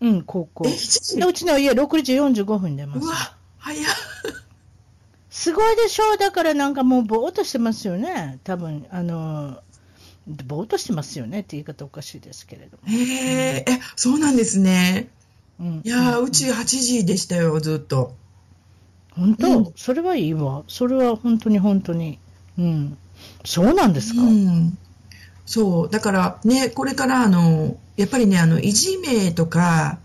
S1: うん、高校
S2: え、。7時
S1: でうちの家6時45分に出ま
S2: うわ
S1: す。、
S2: 早い。
S1: すごいでしょだからなんかもうぼーっとしてますよね。多分、あの、ぼーっとしてますよねって言い方おかしいですけれども。
S2: へえ、え、そうなんですね。
S1: うん、
S2: いやー、
S1: ん
S2: うち8時でしたよ、ずっと。
S1: 本当、
S2: うん
S1: それはいいわ。それは本当に本当に。うん。そうなんですか、
S2: うん、そう、だからね、これからあの、やっぱりね、あのいじめとか、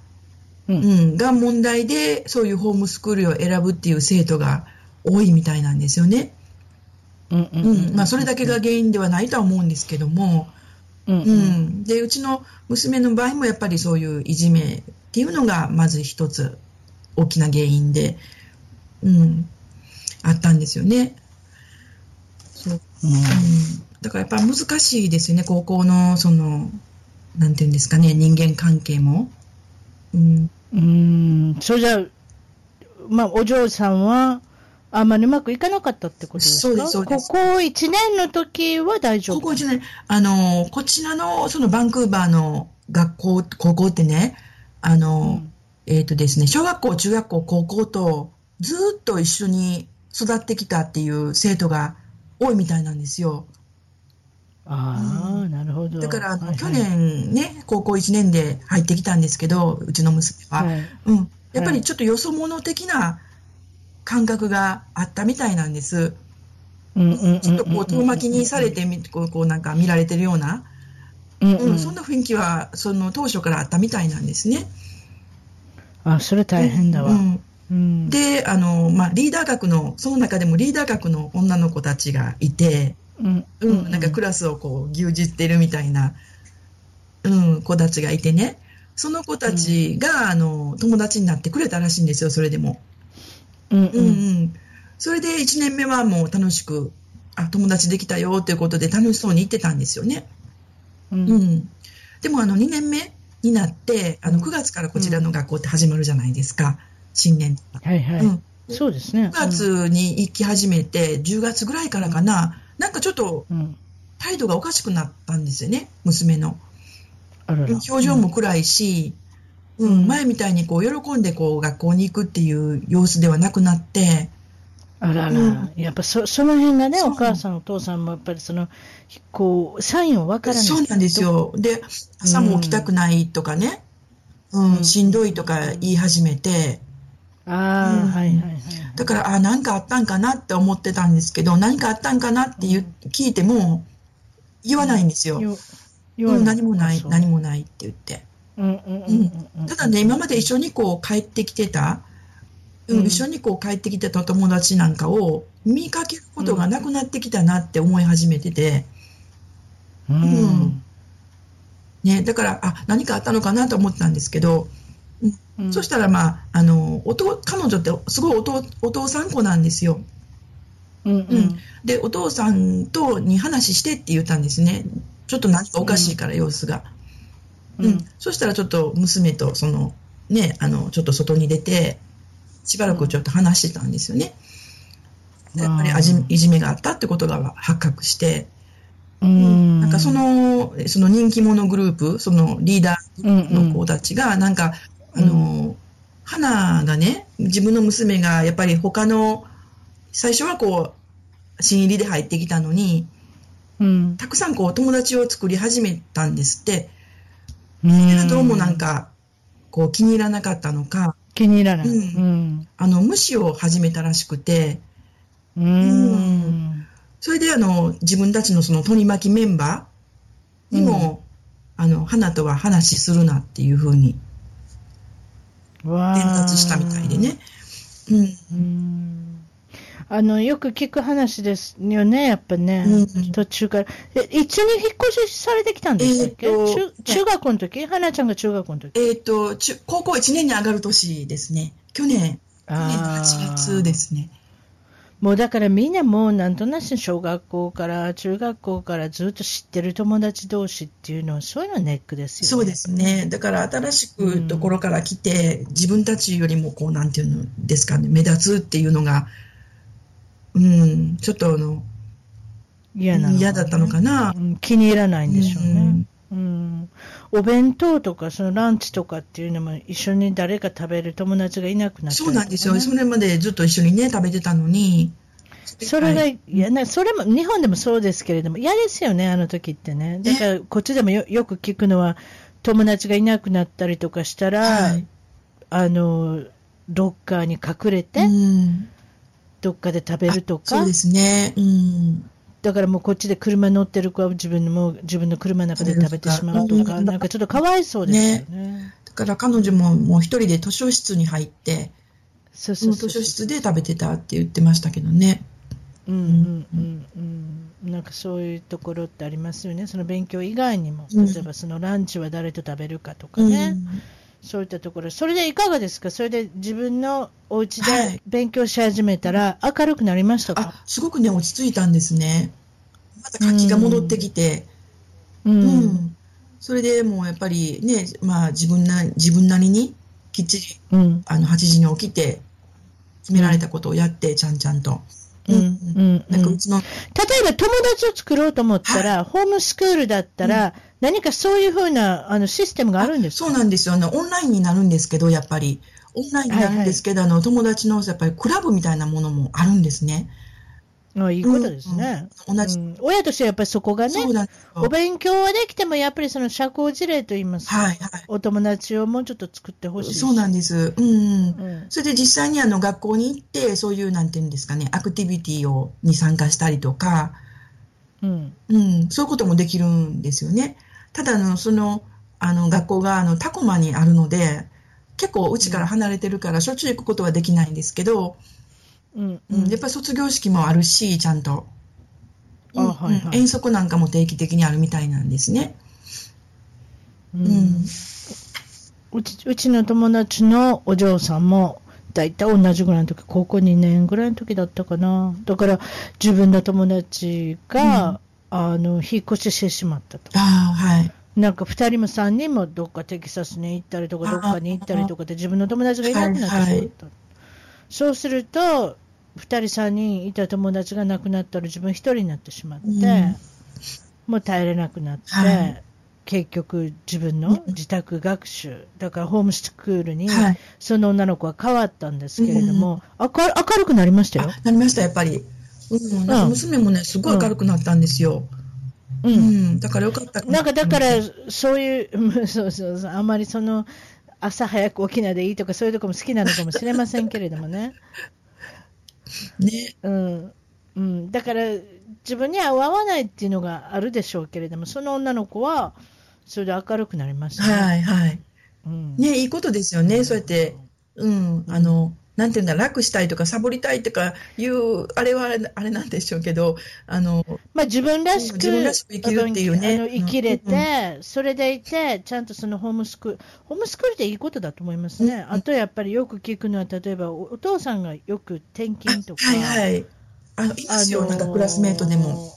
S1: うん
S2: うん、が問題で、そういうホームスクールを選ぶっていう生徒が多いみたいなんですよね。
S1: うんう
S2: うん
S1: うん
S2: んまあ、それだけが原因ではないとは思うんですけども、
S1: う
S2: う
S1: んうん
S2: ん、でうちの娘の場合もやっぱりそういういじめっていうのが、まず一つ大きな原因で、うん、あったんですよね。そううんだからやっぱ難しいですよね、高校の、その、なんていうんですかね、人間関係も。うん、
S1: うん。うん。それじゃあ、まあ、お嬢さんは、あんまりうまくいかなかったってことですか
S2: そうですそうです
S1: ここ1年の時は大丈
S2: 高校
S1: 夫。
S2: 1年、あの、こちらの、そのバンクーバーの学校、高校ってね、あの、えっ、とですね、小学校、中学校、高校と、ずーっと一緒に育ってきたっていう生徒が多いみたいなんですよ。
S1: ああ、なるほど。
S2: だから、あ
S1: はいは
S2: の
S1: い
S2: 去、年ね、高校1年で入ってきたんですけど、うちの娘は。
S1: はい
S2: うん、やっぱりちょっとよそ者的な感覚があったみたいなんです。
S1: うんうんうんうん
S2: ちょっとこう遠巻きにされてみこうこうなんか見られてるような、
S1: うん
S2: う、
S1: うんん、
S2: そんな雰囲気はその当初からあったみたいなんですね。
S1: あそれ大変だわ、
S2: う
S1: うん
S2: んであの、まあ、リーダー学のその中でもリーダー学の女の子たちがいて、
S1: うん
S2: うんなんかクラスをこう牛耳ってるみたいな、うん、子たちがいてねその子たちが、あの友達になってくれたらしいんですよそれでも。
S1: うん
S2: う
S1: うん
S2: うんん、それで1年目はもう楽しくあ友達できたよということで楽しそうに行ってたんですよね、
S1: うん
S2: うん、でもあの2年目になってあの
S1: うん
S2: 9月からこちらの学校って始まるじゃないですか新年とか、
S1: はいはい、
S2: うん、
S1: そうですね
S2: 9月に行き始めて10月ぐらいからかななんかちょっと
S1: うんうん
S2: 態度がおかしくなったんですよね娘の
S1: あらら
S2: 表情も暗いし、うん
S1: うん
S2: 前みたいにこう喜んでこう学校に行くっていう様子ではなくなって、
S1: あらら、
S2: うん
S1: やっぱそその辺がね
S2: そう
S1: お母さんお父さんもやっぱりそのこうサインをわからない
S2: そうなんですよ。で、朝も起きたくないとかね。うん、しんどいとか言い始めて、
S1: ああ、
S2: うん
S1: はいはいはい。
S2: だから、あ、何かあったんかなって思ってたんですけど、何かあったんかなって言う聞いても、言わないんですよ。
S1: よよ
S2: うん、何もない、
S1: そう
S2: 何もないって言って。
S1: うんうんうんうんうん。
S2: ただね、今まで一緒にこう帰ってきてた、うん
S1: うん
S2: 一緒にこう帰ってきてた友達なんかを見かけることがなくなってきたなって思い始めてて、
S1: うん、
S2: うんね、だから、あ、何かあったのかなと思ったんですけど、
S1: うん
S2: そしたら、まあ、あの、お父彼女ってすごいお父お父さん子なんですよ。
S1: うんうん
S2: で、お父さんとに話してって言ったんですね。ちょっと何かおかしいから、様子が。
S1: うん
S2: うん、そしたらちょっと娘とその、ね、あのちょっと外に出てしばらくちょっと話してたんですよね。
S1: うん
S2: やっぱりあじいじめがあったってことが発覚して、
S1: うん
S2: なんかそのその人気者グループそのリーダーの子たちがなんか、
S1: うん
S2: あの花がね自分の娘がやっぱり他の最初はこう新入りで入ってきたのに
S1: うん
S2: たくさんこう友達を作り始めたんですって。
S1: うん
S2: どうもなんかこう気に入らなかったのか
S1: 気に入らない。
S2: う
S1: うん
S2: あの無視を始めたらしくて
S1: うん
S2: んそれであの自分たちのその取り巻きメンバーにも、あの花とは話しするなっていうふうに
S1: わ
S2: 伝
S1: ー
S2: 達したみたいでね。うん
S1: うんあのよく聞く話ですよね、やっぱね、
S2: うん
S1: 途中から、え一緒に引っ越しされてきたんでしたっけ、
S2: えーと
S1: 中中学校の時花ちゃんが中学校の時
S2: えっ、と中高校1年に上がる年ですね去年去年の
S1: あー
S2: 8月ですね
S1: もうだからみんなもうなんとなし小学校から中学校からずっと知ってる友達同士っていうのはそういうのはネックですよ
S2: そう
S1: ね。
S2: ですねだから新しくところから来て、自分たちよりもこうなんていうのですかね目立つっていうのがうんちょっとあの
S1: 嫌なのかな
S2: 嫌だったのかな
S1: う。ん気に入らないんでしょう
S2: う
S1: ね
S2: ん。
S1: うんお弁当とかそのランチとかっていうのも一緒に誰か食べる友達がいなくなったり
S2: そ
S1: と
S2: う
S1: かね
S2: なんですよ。それまでずっと一緒にね、食べてたのに。
S1: それが、
S2: はい
S1: い、やなそれも日本でもそうですけれども、嫌ですよね、あの時ってね。だから、こっちでもよよく聞くのは、友達がいなくなったりとかしたら、
S2: はい
S1: あのロッカーに隠れて、
S2: うん
S1: どっかで食べると
S2: あそ
S1: か
S2: うで、すね。うん。
S1: だからもうこっちで車乗ってる子は自分のもう自分の車の中で食べてしまうとか、
S2: うん
S1: なんかちょっとかわいそうですよね。
S2: だから彼女ももう一人で図書室に入って、
S1: そう
S2: そ
S1: そう
S2: の
S1: そう
S2: 図
S1: そう
S2: 書室で食べてたって言ってましたけどね。
S1: うんうんうんうん、なんかそういうところってありますよね、その勉強以外にも、
S2: うん
S1: 例えばそのランチは誰と食べるかとか
S2: うん
S1: ね、そういったところ、それでいかがですか、それで自分のお家
S2: は
S1: で
S2: い
S1: 勉強し始めたら、明るくなりましたか、
S2: あ、すごくね、落ち着いたんですね。また活気が戻ってきて、
S1: う
S2: うんん。それでもうやっぱりね、まあ自分な、自分なりにきっちり、
S1: うん
S2: あの、8時に起きて、決められたことをやって、ちゃんちゃんと。
S1: うん
S2: う
S1: うん
S2: なんか
S1: うん
S2: うちの
S1: 例えば友達を作ろうと思ったら、ホームスクールだったら、何かそういうふうなあのシステムがあるんですか
S2: そうなんですよね。オンラインになるんですけど、やっぱり。オンラインになるんですけど、あの、友達の、やっぱりクラブみたいなものもあるんですね。
S1: あいいことですね、
S2: うん同じ。
S1: うん親としてはやっぱりそこがね
S2: そうなんですよ。
S1: お勉強はできても、やっぱりその社交辞令といいますか、
S2: はい
S1: お友達をもうちょっと作って
S2: は
S1: ほ
S2: い。
S1: しいし。
S2: そうなんです。うん、うん。
S1: うん
S2: それで実際にあの学校に行って、そういう、なんていうんですかね、アクティビティを、に参加したりとか、
S1: うん
S2: うん、そういうこともできるんですよね。ただあの、その、あの、学校が、あの、タコマにあるので、結構、うちから離れてるから、しょっちゅう行くことはできないんですけど、
S1: うんう
S2: うん
S1: ん
S2: やっぱり卒業式もあるし、ちゃんと。
S1: あ
S2: うん
S1: はいはい
S2: 遠足なんかも定期的にあるみたいなんですね。
S1: う
S2: うん
S1: んうちうちの友達のお嬢さんも大体同じぐらいの時高校2年ぐらいの時だったかなだから自分の友達が、あの引っ越ししてしまったと
S2: ああ、はい。
S1: なんか2人も3人もどっかテキサスに行ったりとか
S2: あ
S1: どっかに行ったりとかで自分の友達がいなくなってしまった、
S2: はいはい
S1: そうすると2人3人いた友達が亡くなったら自分1人になってしまって、
S2: うん
S1: もう耐えれなくなって、
S2: はい
S1: 結局自分の自宅学習だからホームスクールに
S2: はい。
S1: その女の子は変わったんですけれども、明る明るくなりましたよ
S2: あ、なりました、やっぱり。うん、なんか娘もね、すごい明るくなったんですよ。
S1: う
S2: うんん、だからよかった、
S1: なんかだから ら、そういう、うんそうそうそう、あんまりその、朝早く起きないでいいとか、そういうとこも好きなのかもしれませんけれどもね。
S2: ね。
S1: うん。うん。だから、自分には合わないっていうのがあるでしょうけれども、その女の子は、それで明るくなりました、い。
S2: はい、はい。
S1: うん。
S2: ね、いいことですよね。そうやって、うん、あの、なんていうんだ、楽したいとか、サボりたいとかいう、あれはあれなんでしょうけど、あの、
S1: まあ、自分らしく、
S2: 自分らしく生きるっていうね
S1: あの生きれて、それでいて、ちゃんとそのホームスクール、ホームスクールでいいことだと思いますね。
S2: うん
S1: あとやっぱりよく聞くのは、例えばおお父さんがよく転勤とか、
S2: はいはい。あの、い
S1: あ
S2: ま
S1: の
S2: すよ、なんかクラスメートでも。。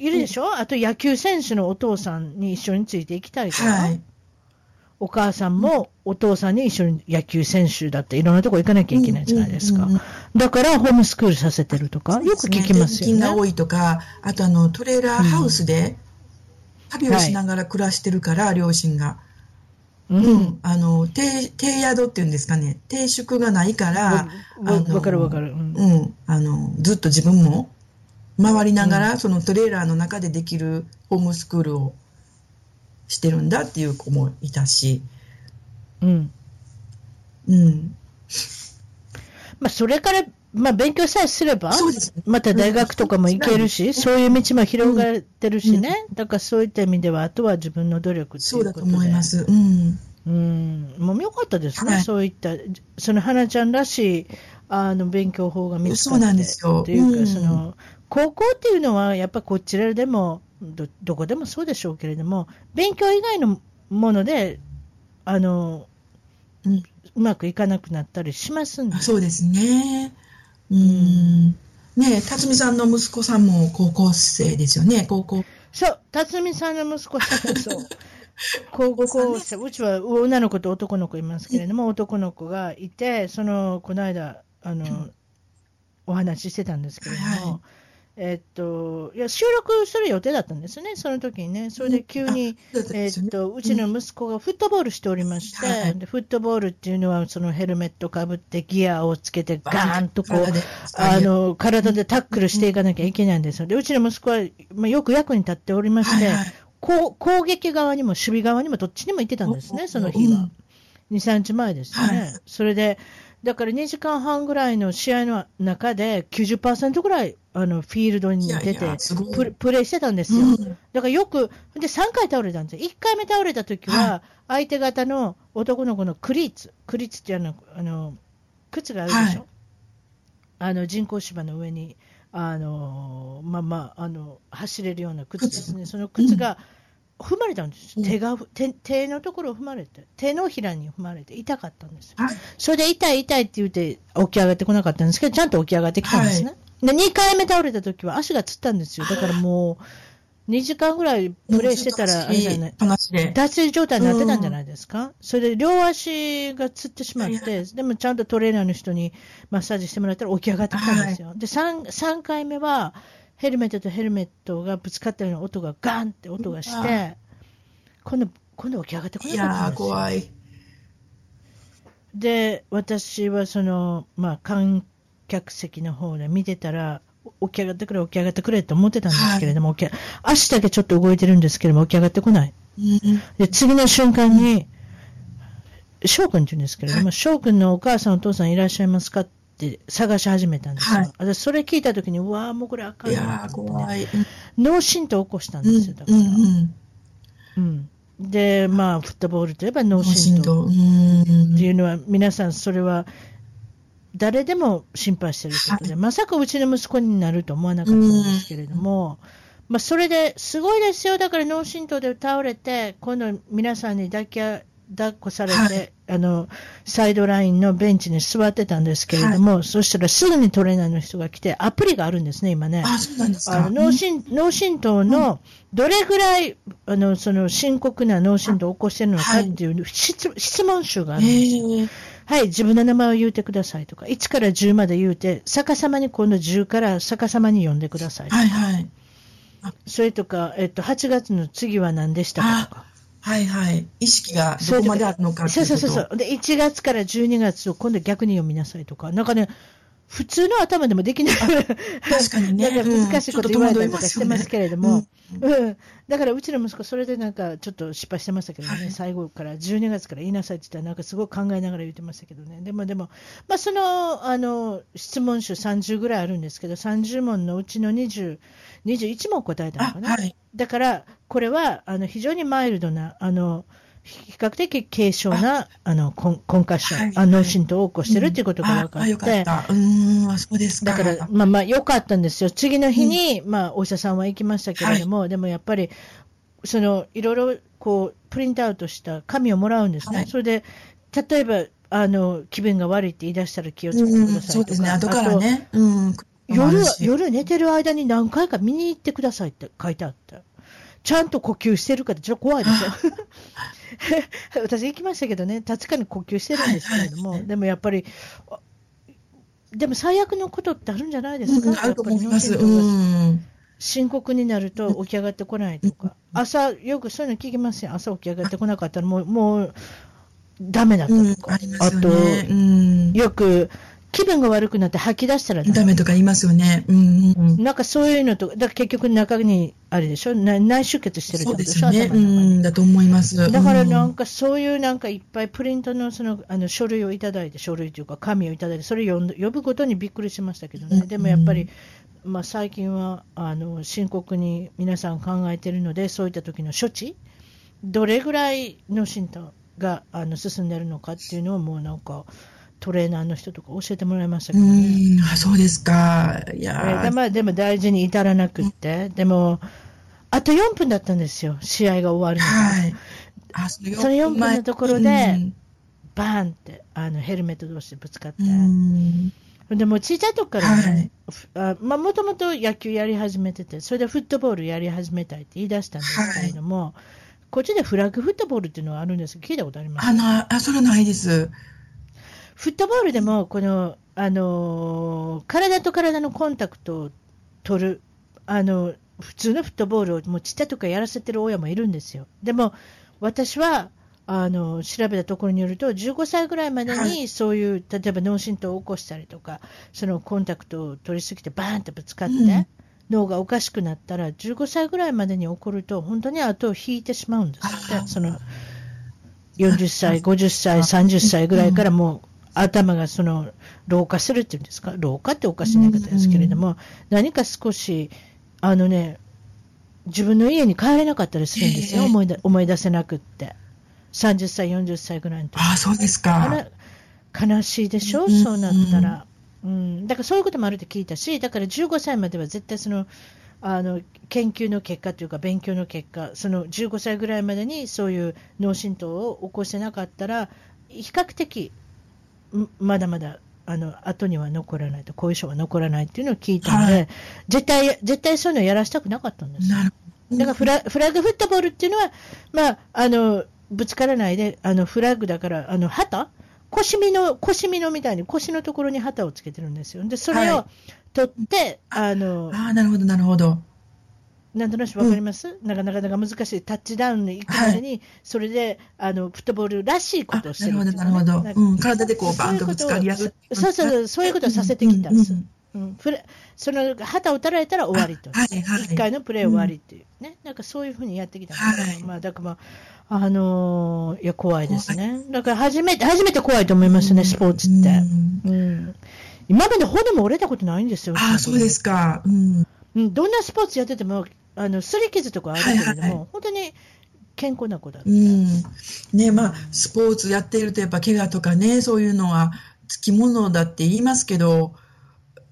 S1: いるでしょ、あと野球選手のお父さんに一緒についていきたいとか、
S2: はい。
S1: お母さんもお父さんに一緒に野球選手だっていろんなとこ行かなきゃいけないじゃないですか。
S2: うんうんうん
S1: だからホームスクールさせてるとか、よく聞きます
S2: 転
S1: よ
S2: 勤が
S1: ね。
S2: 多いとか、あとあの、トレーラーハウスで、旅をしながら暮らしてるから、両親が。
S1: う
S2: うんん。あの、定、定宿っていうんですかね。定宿がないから、
S1: わ
S2: あの
S1: わかるわかる。うん
S2: うん、あのずっと自分も回りながら、そのトレーラーの中でできるホームスクールをしてるんだっていう子もいたし、
S1: うん
S2: うん、
S1: まあ、それから、まあ、勉強さえすれば、
S2: そうです
S1: また大学とかも行けるし、そういう道も広がってるしね、だからそういった意味では、あとは自分の努力ってい
S2: そうう
S1: こと
S2: だ
S1: で
S2: と思いま。す。うん、
S1: うん、もう良かったですね、
S2: はい
S1: そういった、その花ちゃんらしいあの勉強法が見つか
S2: そう
S1: って
S2: なんですよ
S1: っていうか、
S2: うん
S1: その高校っていうのは、やっぱこちらでもど、どこでもそうでしょうけれども、勉強以外のもので、あの
S2: うん、
S1: うまくいかなくなったりしますんで
S2: あ、そうですね。うん、ねえ辰巳さんの息子さんも高校生ですよね。高校
S1: そう、辰巳さんの息子さ ん、そう。高校生、うちは女の子と男の子いますけれども、男の子がいて、その、この間、あの、お話ししてたんですけれども、
S2: はいはい
S1: えっと、いや、収録する予定だったんですね、その時にね。それで急に、
S2: だったん
S1: え
S2: ですよ
S1: っ
S2: ね。
S1: と、うちの息子がフットボールしておりまして、
S2: はい
S1: でフットボールっていうのは、そのヘルメットかぶってギアをつけてガーンとこう、
S2: 体で
S1: あの、体でタックルしていかなきゃいけないんですよ。で、うちの息子は、まあ、よく役に立っておりまして、
S2: はいはい
S1: こう攻撃側にも守備側にもどっちにも行ってたんですね、その日
S2: う
S1: は
S2: ん。
S1: 2、3日前ですね。
S2: はい
S1: それで、だから2時間半ぐらいの試合の中で90%ぐらいあのフィールドに
S2: いや
S1: 出
S2: い
S1: て
S2: やすごい
S1: プレプレーしてたんですよ。
S2: うん
S1: だからよく、で3回倒れたんですよ。1回目倒れた時は、相手方の男の子のクリーツ、クリーツってあの、あの靴があるでしょ、
S2: はい
S1: あの人工芝の上に、あのまあまあ、あの走れるような靴ですね、その靴が踏まれたんです、
S2: うん
S1: 手がふ手手のところを踏まれて、手のひらに踏まれて、痛かったんですよ
S2: はい
S1: それで痛い痛いって言って起き上がってこなかったんですけど、ちゃんと起き上がってきたんですね。で、2回目倒れた時は足がつったんですよ。だからもう、2時間ぐらいプレイしてたら、あれじゃない、
S2: 話で。
S1: 脱水状態になってたんじゃないですか、それで両足がつってしまって、でもちゃんとトレーナーの人にマッサージしてもらったら起き上がってきたんですよ。で3、3回目は、ヘルメットとヘルメットがぶつかったような音がガンって音がして、今度、今度起き上がってこないかった
S2: や
S1: ん
S2: ー
S1: ですよ。
S2: 怖い。
S1: で私はその、まあ、観客席の方で見てたらお起き上がってくれ、起き上がってくれと思ってたんですけれども、起き足だけちょっと動いてるんですけれども、起き上がってこない、
S2: うん
S1: で次の瞬間に、翔くんって言うんですけれども、翔くんのお母さん、お父さんいらっしゃいますかって探し始めたんですよ、
S2: はい
S1: 私それ聞いたときに、うわー、もうこれあか
S2: い
S1: ん
S2: や
S1: な
S2: ー
S1: と思って
S2: 怖
S1: ね
S2: い。
S1: 脳震盪起こしたん
S2: うん
S1: ですよ、だから。
S2: うんうん
S1: うんで、まあ、フットボールといえば脳
S2: 脳震
S1: 震盪
S2: 盪。うん
S1: っていうのは、皆さん、それは誰でも心配してることで、まさかうちの息子になると思わなかったんですけれども、まあ、それですごいですよ、だから脳震盪で倒れて、今度、皆さんに抱きあ抱っこされて、
S2: はい
S1: あのサイドラインのベンチに座ってたんですけれども、そしたらすぐにトレーナーの人が来て、アプリがあるんですね、今ね。
S2: あ、そうなんです
S1: あ
S2: か。
S1: の脳震脳震盪のどれぐらい、あのその深刻な脳震盪を起こしてるのかっていう質,、質問集があ
S2: え
S1: るんですよ
S2: ー
S1: はい、自分の名前を言うてくださいとか、1から10まで言うて、逆さまに今度10から逆さまに読んでください。
S2: はいはい。
S1: それとか、えっと、8月の次は何でしたかとか。
S2: はいはい。意識がどこまであるのかって
S1: そ
S2: いううこ
S1: そう
S2: と。
S1: そうそう。で、1月から12月を今度逆に読みなさいとか、なんかね、普通の頭でもできない。
S2: 確かにね。
S1: なんか難しいこと言われたりとかしてますけれど
S2: う
S1: も
S2: ん、
S1: うん、だからうちの息子、それでなんかちょっと失敗してましたけどね、
S2: はい
S1: 最後から12月から言いなさいって言ったら、なんかすごい考えながら言ってましたけどね、でもでも、まあ、そのあの質問集30ぐらいあるんですけど、30問のうちの20 21問答えたのか
S2: あ
S1: な、
S2: はい
S1: だからこれはあの非常にマイルドな、あの比較的軽症なあのコンコンカッション、
S2: はい
S1: あ脳震盪を起こしてるっていうことが分か
S2: ああ
S1: っ
S2: よか
S1: て
S2: っ。た。うーん、あそうです
S1: だ
S2: か。
S1: から、まあまあ、良かったんですよ。次の日に、まあ、お医者さんは行きましたけれども、でもやっぱり、その、いろいろ、こう、プリントアウトした紙をもらうんですね。
S2: はい
S1: それで、例えば、あの、気分が悪いって言い出したら気をつけてくだ
S2: うん、
S1: さ
S2: そ
S1: い
S2: う
S1: とか。
S2: ですね。後からね。うん。
S1: あと。夜は、
S2: 夜
S1: 夜寝てる間に何回か見に行ってくださいって書いてあった。ちゃんと呼吸してるかって、ちょっと怖いでしょ。 私行きましたけどね、確かに呼吸してるんですけれども、
S2: はいはい
S1: でもやっぱり、あでも最悪のことってあるんじゃないですか、
S2: うん、
S1: やっ
S2: あ
S1: ぱ
S2: ると思
S1: り
S2: います。
S1: 脳震盪が
S2: うん。
S1: 深刻になると起き上がってこないとか、朝、よくそういうの聞きますよ、朝起き上がってこなかったら、もう、もう、ダメだった
S2: うん
S1: と、か、
S2: ありますよね。
S1: あ
S2: うん。
S1: よく、気分が悪くなって吐き出したらダメ
S2: ダメとか言いますよね。うんうんうん。
S1: なんかそういうのと、だから結局中に、あれでしょ、な内出血してるっ
S2: そ
S1: てこ
S2: う
S1: と
S2: で
S1: ですし
S2: よ
S1: ょ、
S2: ね。
S1: 頭の中に
S2: うん。だと思います。
S1: だからな
S2: うん
S1: かそういうなんかいっぱいプリントのそのあの書類をいただいて、書類というか紙をいただいて、それを読ん読むことにびっくりしましたけどね、
S2: うん
S1: でもやっぱり、まあ、最近はあの深刻に皆さん考えているので、そういった時の処置、どれぐらいの進化があの進んでるのかっていうのを、もうなんかトレーナーの人とか教えてもらいましたけ
S2: う
S1: どね。
S2: ん、あそうですか。い
S1: えー
S2: や
S1: で
S2: ー、
S1: まあ、でも大事に至らなくって、でも、あと4分だったんですよ、試合が終わるのが、
S2: はい。あ、その
S1: その四分
S2: 前
S1: のところでバーンってあのヘルメット同士でぶつかって、
S2: うん。
S1: でもう小さいとこからね、あまあもともと野球やり始めてて、それでフットボールやり始めたいって言い出したんですけれども、こっちでフラッグフットボールっていうのはあるんですけど、聞いたことあります
S2: あの、あ、それはないです。
S1: フットボールでもこの、あのー体と体のコンタクトを取るあの普通のフットボールをもうちっちゃい時からやらせてる親もいるんですよ。でも私はあの調べたところによると15歳ぐらいまで
S2: は
S1: にそういう例えば脳震盪を起こしたりとかそのコンタクトを取りすぎてバーンってぶつかって、
S2: うん
S1: 脳がおかしくなったら15歳ぐらいまでに起こると本当に後を引いてしまうんですっ
S2: あ
S1: てその40歳、50歳、30歳ぐらいからもう頭がその老化するっていうんですか、老化っておかしな言い方ですけれども、何か少し、あのね、自分の家に帰れなかったりするんですよ、
S2: ええ
S1: 思いだ思い出せなくって、30歳、40歳ぐらいの時
S2: あ、そうです
S1: あ
S2: か。
S1: ら悲しいでしょ、
S2: うん
S1: そうなったら、うん、だからそういうこともあるって聞いたし、だから15歳までは絶対その、あの研究の結果というか、勉強の結果、その15歳ぐらいまでにそういう脳震盪を起こしてなかったら、比較的、んまだまだ。あの後には残らないと、後遺症は残らないっていうのを聞いたので、
S2: は
S1: 絶対、絶対そういうのやらしたくなかったんですよ
S2: なるほど。
S1: だからフラフラッグフットボールっていうのは、まあ、あのぶつからないで、あのフラッグだから、あの旗腰身の、腰身のみたいに腰のところに旗をつけてるんですよ。で、それを
S2: は
S1: 取って、あの、
S2: ああ、なるほど、なるほど。
S1: なんとなくわかります、なかなかなか難しいタッチダウンに行くまでに、それで、あの、フットボールらしいこ
S2: あ
S1: とをして
S2: な
S1: る
S2: るほ
S1: って
S2: ど、
S1: いう
S2: なるほど
S1: かねなん。か
S2: うん、体でこう、バーンとぶつかり合う。
S1: そうそうそう、そういうことをさせてきたんです。
S2: うん
S1: うん、フレその旗を取られたら終わりと、
S2: あはいはい
S1: 1回のプレー終わりっていうね、なんかそういうふうにやってきたんですけ
S2: は
S1: ど、
S2: い
S1: まあ、だから、まあ、あのーいや、怖いですね、だから初めて、初めて怖いと思いましたね、スポーツって。
S2: うん
S1: うん今まで骨も折れたことないんですよ。
S2: ああ、そうですか。うん。
S1: うん、どんなスポーツやってても、あの、擦り傷とかあるけれども、
S2: はいはいは
S1: 本当に健康な子だった。
S2: うん。ね、まあ、スポーツやってると、やっぱ怪我とかね、そういうのはつきものだって言いますけど、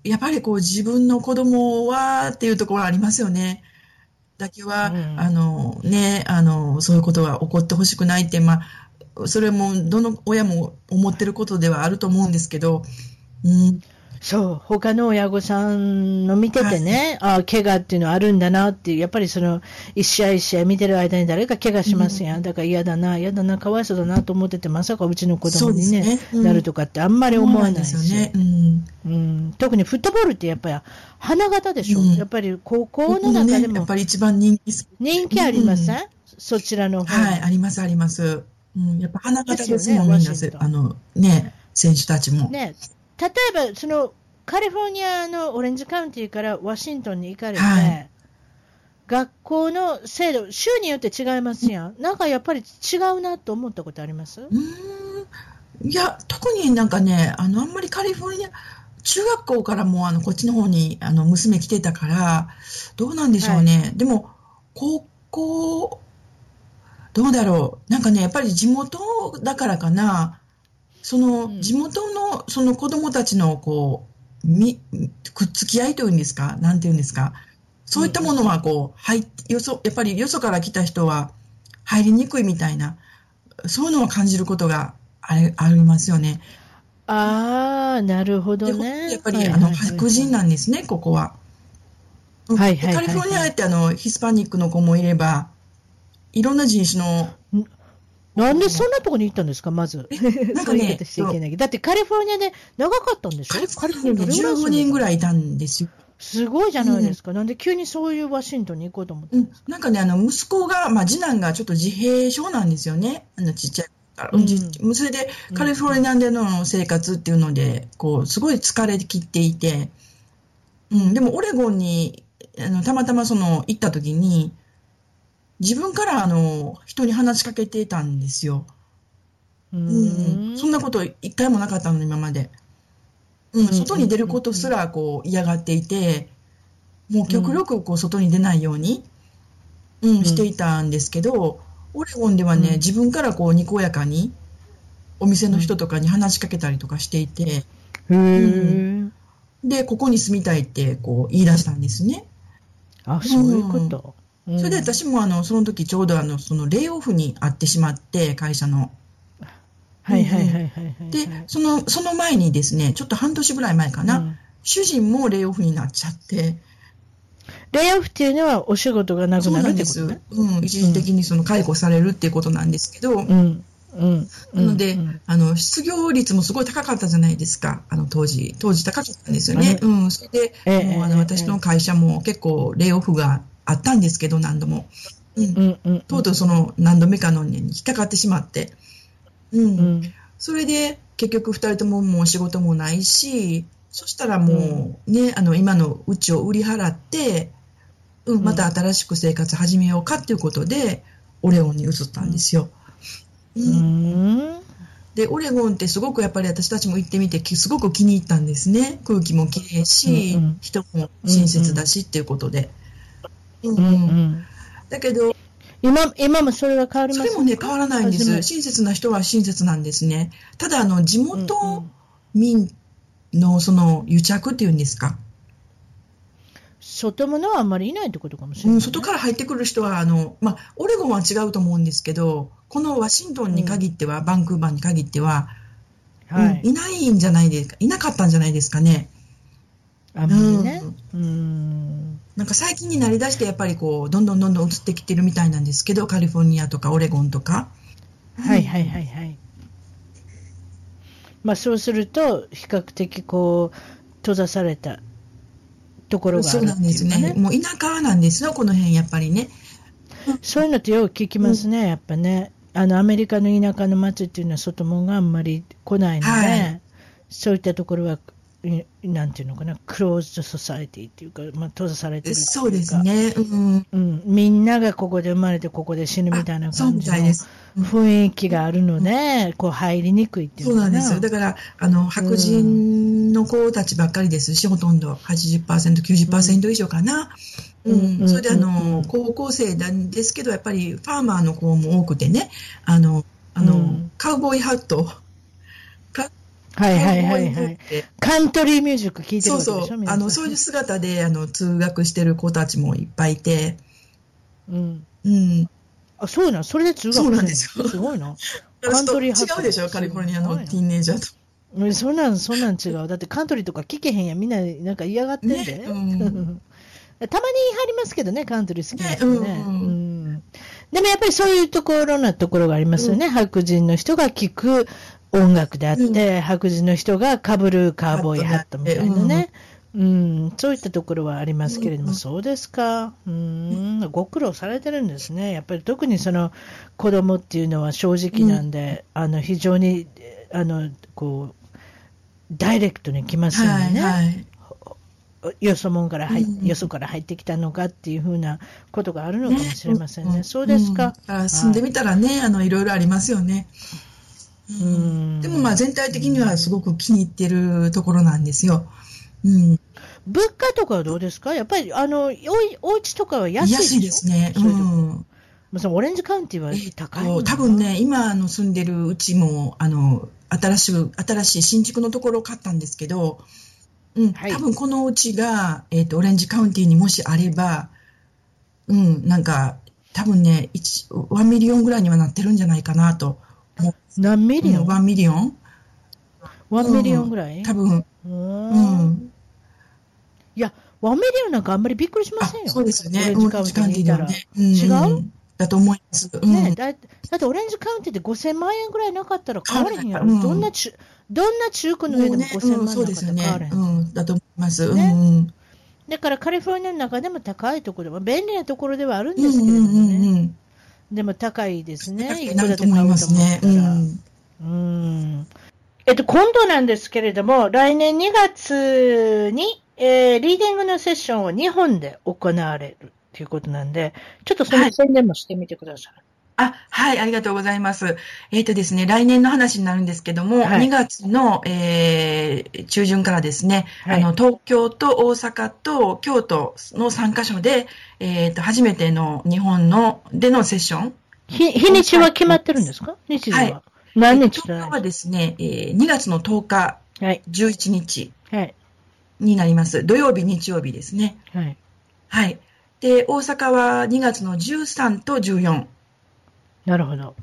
S2: やっぱりこう、自分の子供はっていうところはありますよね。だけは、
S1: うん
S2: あの、ね、あの、そういうことは起こってほしくないって、まあ、それも、どの親も思ってることではあると思うんですけど、うん。
S1: そう、他の親御さんの見ててね、ああ怪我っていうのはあるんだなっていう、やっぱりその、一試合一試合見てる間に誰か怪我しますやん、だから嫌だな、嫌だな、かわいそうだなと思ってて、まさかうちの子供に、ね
S2: そうですねうん
S1: なるとかってあんまり思わないし、
S2: そうですよね。うん。
S1: うん、特にフットボールってやっぱり花形でしょ、
S2: うん
S1: やっぱり高校の中で
S2: ね、やっ
S1: も
S2: ぱり一番人気スポーツ
S1: 人気ありません、そちらの方が
S2: はい、あります、あります。うん、やっぱ花形ですもん、
S1: で
S2: みん
S1: すよ
S2: なせ
S1: ねワシントン
S2: あの、ね、選手たちも。
S1: ね、例えばそのカリフォルニアのオレンジカウンティからワシントンに行かれて、
S2: はい
S1: 学校の制度、州によって違いますやん。なんかやっぱり違うなと思ったことあります
S2: うーんいや、特になんかね、あの、あんまりカリフォルニア、中学校からもうあの、こっちの方に、あの、娘来てたから、どうなんでしょうね。でも、高校、どうだろう。なんかね、やっぱり地元だからかな、その、
S1: うん
S2: 地元の、その子供たちの、こう、み、くっつき合いというんですかなんていうんですかそういったものは、こう、入って、よそ、やっぱりよそから来た人は入りにくいみたいな、そういうのを感じることがあれありますよね。
S1: ああ、なるほど
S2: で、
S1: ね。
S2: やっぱり、あの、白人
S1: ん
S2: なんですね、ここは。うん
S1: はいはいはい
S2: カ
S1: はい
S2: リフォルニアって、あの、ヒスパニックの子もいれば、いろんな人種の、
S1: なんでそんなとこに行ったんですか、まず。
S2: なん
S1: そ
S2: か
S1: ういう
S2: ね
S1: ことしちゃいけないけど。だってカリフォルニアで長かったんでしょ
S2: カリフォルニアに
S1: どれぐらい
S2: 15人ぐらいいたんですよ。
S1: すごいじゃないですか。なんで急にそういうワシントンに行こうと思った
S2: うんん
S1: ですか、
S2: なんかね、あの、息子が、まあ、次男がちょっと自閉症なんですよね。あの、ちっちゃいから。
S1: うん
S2: じそれで、カリフォルニアでの生活っていうので、こう、すごい疲れ切っていて、うん、でも、オレゴンに、あの、たまたまその、行った時に、自分から、あの、人に話しかけてたんですよ。
S1: う
S2: うん
S1: ーん
S2: そんなこと一回もなかったの、今まで。うん、
S1: うん
S2: 外に出ることすらこう嫌がっていて、もう極力こう外に出ないように、うん、していたんですけど、オレゴンではね、
S1: うん
S2: 自分からこうにこやかに、お店の人とかに話しかけたりとかしていて、
S1: へえ。
S2: で、ここに住みたいってこう言い出したんですね。
S1: あ、そういうこと。
S2: それで私もあの、その時ちょうどあの、そのレイオフにあってしまって、会社の。
S1: はいはいはいはいはい。
S2: で、その、その前にですね、ちょっと半年ぐらい前かな、
S1: うん
S2: 主人もレイオフになっちゃって、
S1: レイオフっていうのはお仕事がなく
S2: そう
S1: な
S2: な
S1: るっ
S2: ん
S1: て
S2: で
S1: こ
S2: す。
S1: とね。
S2: うん、一時的にその解雇されるっていうことなんですけど、
S1: うん。うん。
S2: なので、
S1: うん
S2: あの、失業率もすごい高かったじゃないですか、あの、当時。当時高かったんですよね。
S1: う
S2: うん、それで、
S1: ええ
S2: もうあ
S1: え
S2: の、
S1: え
S2: 私の会社も結構、レイオフがあったんですけど、何度も。うん、
S1: うんうん。
S2: とうとうその、何度目かのに引っかかってしまって。うん、
S1: うん。
S2: それで、結局、二人とももう仕事もないし、そしたらもう、ね、あの、今のうちを売り払って、う
S1: うん
S2: ん、また新しく生活始めようかっていうことで、オレゴンに移ったんですよ。う
S1: うんん。
S2: で、オレゴンってすごくやっぱり私たちも行ってみて、きすごく気に入ったんですね。空気もきれいし、
S1: うんうん
S2: 人も親切だしっていうことで。うん
S1: う
S2: うん
S1: んうん。
S2: だけど、
S1: 今、今もそれは変わり
S2: そ
S1: ま
S2: れ
S1: す
S2: もね、変わらないんで
S1: 初め
S2: す。親切な人は親切なんですね。ただ、あの、地元民のその癒着っていうんですか。
S1: 外物はあんまりいないってことかもしれ
S2: う
S1: ない、
S2: ん、外から入ってくる人は、あの、まあ、オレゴンは違うと思うんですけど、このワシントンに限っては、バンクーバーに限っては、
S1: は
S2: うん
S1: い、
S2: いないんじゃないですか、いなかったんじゃないですかね。
S1: あんまりね
S2: うん。
S1: うん。
S2: なんか最近になりだして、やっぱりこう、どんどんどんどん移ってきてるみたいなんですけど、カリフォルニアとかオレゴンとか。
S1: はいはいはいはい。まあそうすると、比較的こう、閉ざされたところがあ
S2: そう
S1: る
S2: な
S1: って
S2: んで
S1: い
S2: す
S1: うか
S2: ね。
S1: ね。
S2: もう田舎なんですよ、この辺やっぱりね。
S1: そういうのってよく聞きますね、やっぱね。あの、アメリカの田舎の街っていうのは外物があんまり来ないので、
S2: はい
S1: そういったところは、いなんていうのかな、クローズドソサイティっていうか、まあ閉ざされてるっていうか。
S2: そうですね。うん。
S1: うん、みんながここで生まれてここで死ぬみたいな
S2: あそう
S1: 感
S2: み
S1: じ
S2: たい
S1: の
S2: です。
S1: 雰囲気があるので、こう入りにくいってい
S2: そうう
S1: の
S2: な
S1: か
S2: んですよ。だから、あの、白人の子たちばっかりですし、ほとんど80%、90%以上かな。
S1: う
S2: うんん。それで、あ
S1: うん
S2: の、高校生なんですけど、やっぱりファーマーの子も多くてね、あの、あ
S1: う
S2: の
S1: ん、
S2: カウボーイハット。
S1: はいはいは
S2: カウボ
S1: いは
S2: ーイハ
S1: い
S2: ッ。トって
S1: カントリーミュージック聴いてる
S2: そ
S1: わ
S2: う
S1: けでし
S2: そ
S1: ょ
S2: う
S1: 皆。さ
S2: あ
S1: ん
S2: の、そういう姿で、あの、通学してる子たちもいっぱいいて、
S1: うん。
S2: うん。
S1: あ、そうなん、それで通学して
S2: そ
S1: る
S2: うなんですよ
S1: すごいな。カ
S2: カ
S1: ン
S2: ン
S1: ト
S2: ト
S1: リ
S2: リ
S1: ーハット
S2: ー違うでしょ、カリフォルニアのティーンエイジャー
S1: うんそんなん、そんなん違う。だってカントリーとか聞けへんやん。みんな、なんか嫌がってんで。
S2: ねうん
S1: たまに言い張りますけどね、カントリー好きな人ね。
S2: ねうんうん
S1: うんでもやっぱりそういうところなところがありますよね。白人の人が聞く音楽であって、
S2: う
S1: 白人の人が被るカーボーイハットみたいなね。うん、そういったところはありますけれども、
S2: うん
S1: そうですか。うん、ご苦労されてるんですね。やっぱり特にその子供っていうのは正直なんで、あの非常にあのこうダイレクトに来ますよ
S2: はい、
S1: ね、
S2: はい。
S1: よそもんから入っ、
S2: うん
S1: よそから入ってきたのかっていうふうなことがあるのかもしれませんね。
S2: ん
S1: そうです
S2: ん
S1: か
S2: だ。ら住んでみたらね、あの、いろいろありますよね。
S1: うん
S2: でもまあ全体的にはすごく気に入ってるところなんですよ。うん。
S1: 物価とかはどうですかやっぱり、あの、おいお家とかは安い
S2: 安いですね。
S1: そうういうとこ
S2: ん。
S1: まあそのオレンジカウンティは高いの
S2: えっと多分ね、今あの住んでるうちも、あの、新しく、新しい新築のところを買ったんですけど、うん、
S1: はい
S2: 多分このうちが、えっ、と、オレンジカウンティーにもしあれば、うん、なんか、多分ね、一1ミリオンぐらいにはなってるんじゃないかなと。
S1: 何ミリオン
S2: 1ミリオン
S1: ?1 ミリオンぐらい
S2: 多分、
S1: う
S2: う
S1: ーん。
S2: ん。
S1: いや、1ミリオンなんかあんまりびっくりしま
S2: あ
S1: せんよ。
S2: そうですよ
S1: オ
S2: ね。
S1: レンジカウンティにいたら。
S2: ね。うん
S1: 違
S2: うんだと思います。うん。
S1: ねだだってオレンジカウンティで5000万円ぐらいなかったら買われへんやろ。
S2: 買われへん
S1: どんな中、どんな中古の上でも5000
S2: う
S1: 万円
S2: ん
S1: な
S2: そう
S1: か
S2: で
S1: った
S2: すよ
S1: ら
S2: ね
S1: 買われへん。。
S2: うん、だと思います。
S1: ね
S2: うんうん。
S1: だからカリフォルニアの中でも高いところでも、便利なところではあるん
S2: う
S1: で
S2: ん
S1: すけ
S2: う
S1: れどもね。
S2: んうんうん。
S1: でも高いですね。
S2: 高くなると思いますね。
S1: いく
S2: う
S1: らで買うと思っ
S2: ん。
S1: たらうん。えっと、今度なんですけれども、来年2月に、えーリーディングのセッションを日本で行われるということなんで、ちょっとその宣伝もしてみてください。
S2: あ、はい、ありがとうございます。えっ、とですね、来年の話になるんですけども、
S1: はい
S2: 2月の、えー中旬からですね、
S1: はい
S2: あの、東京と大阪と京都の3カ所で、えっ、と、初めての日本の、でのセッション。
S1: 日日にちは決まってるんですか日時は。
S2: はい
S1: 何日
S2: 東
S1: だ
S2: 京はですね、えー2月の10日、
S1: はい。
S2: 11日
S1: はい。
S2: になります。土曜日、日曜日ですね。
S1: はい。
S2: はい。で、大阪は2月の13と14。
S1: なるほど。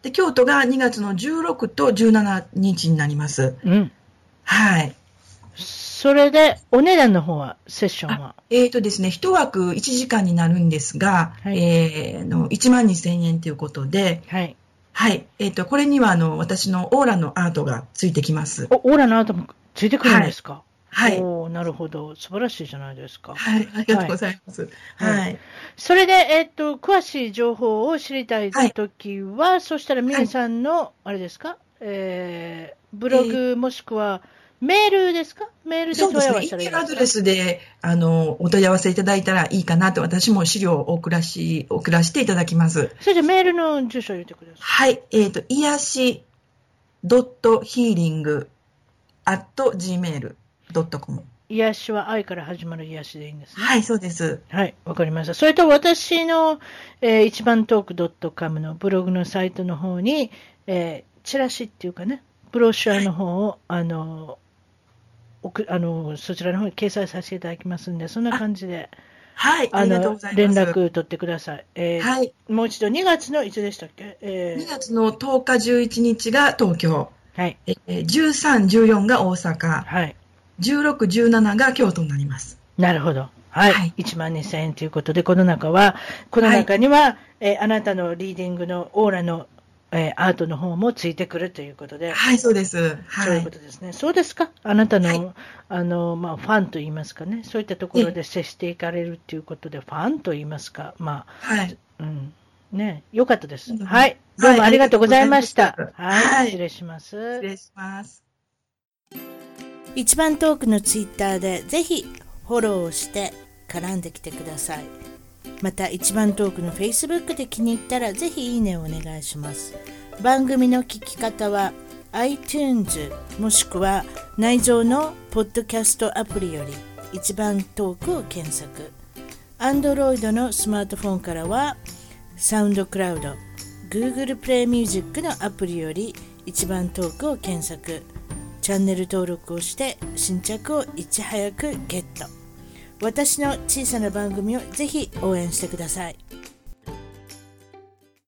S2: で、京都が2月の16と17日になります。
S1: うん。
S2: はい。
S1: それで、お値段の方は、セッションは。
S2: えーとですね、1枠1時間になるんですが、
S1: はい
S2: えーの1万2000円ということで、
S1: はい。
S2: はい。えーと、これにはあの私のオーラのアートがついてきます。
S1: おオーラの後もついてくるんですか、
S2: はい。
S1: おおなるほど。素晴らしいじゃないですか。
S2: はい。ありがとうございます。
S1: はい
S2: はい。
S1: それで、えっと、詳しい情報を知りたいときは、そしたら、ミネさんの、あれですかえー、ブログもしくは、メールですかメールで
S2: そうで
S1: 問い
S2: す
S1: 合
S2: ね。インメ
S1: わせたらいい
S2: ールア
S1: で
S2: ド
S1: すか
S2: レスで、あの、お問い合わせいただいたらいいかなと、私も資料を送らし、送らせていただきます。
S1: それじゃメールの住所を言ってください。
S2: はい。えっ、と、癒し .healing gmail.com。
S1: 癒しは愛から始まる癒しでいいんですね。
S2: はい、そうです。
S1: はい、わかりました。それと私の、えー一番トーク .com のブログのサイトの方に、えーチラシっていうかね、ブロシュアの方を、あの、送あのそちらの方に掲載させていただきますんで、そんな感じで、
S2: はい、あ
S1: あ
S2: りがとう
S1: の
S2: ござい
S1: 連
S2: ます。
S1: 絡取ってください。えー
S2: はい。
S1: もう一度、2月のいつでしたっけ、えー
S2: 2月の10日、11日が東京、
S1: はい、
S2: えー13、14が大阪、
S1: はい、
S2: 16、17が京都になります。
S1: なるほど。はい。
S2: はい
S1: 1万2000円ということで、この中は、この中には、えーあなたのリーディングのオーラの、えーアートの方もついてくるということで、
S2: はい、そうです。
S1: そう
S2: は
S1: いう
S2: い
S1: こ。とですね。そうですか。あなたの、
S2: はい
S1: あの、まあ、ファンと言いますかね。そういったところで接していかれるということで、ファンと言いますか。ま
S2: はい。
S1: あ、うん。ね、よかったです。
S2: うん
S1: はい。どうもありがとうございまし
S2: あ
S1: た。
S2: りがとうございました
S1: は。
S2: はいい
S1: 失礼します。
S2: 失礼します。
S3: 一番トークのツイッターでぜひフォローをして絡んできてくださいまた一番トークの Facebook で気に入ったらぜひいいねをお願いします番組の聞き方は iTunes もしくは内蔵のポッドキャストアプリより一番トークを検索 Android のスマートフォンからはサウンドクラウド Google プレイミュージックのアプリより一番トークを検索チャンネル登録をして新着をいち早くゲット私の小さな番組をぜひ応援してください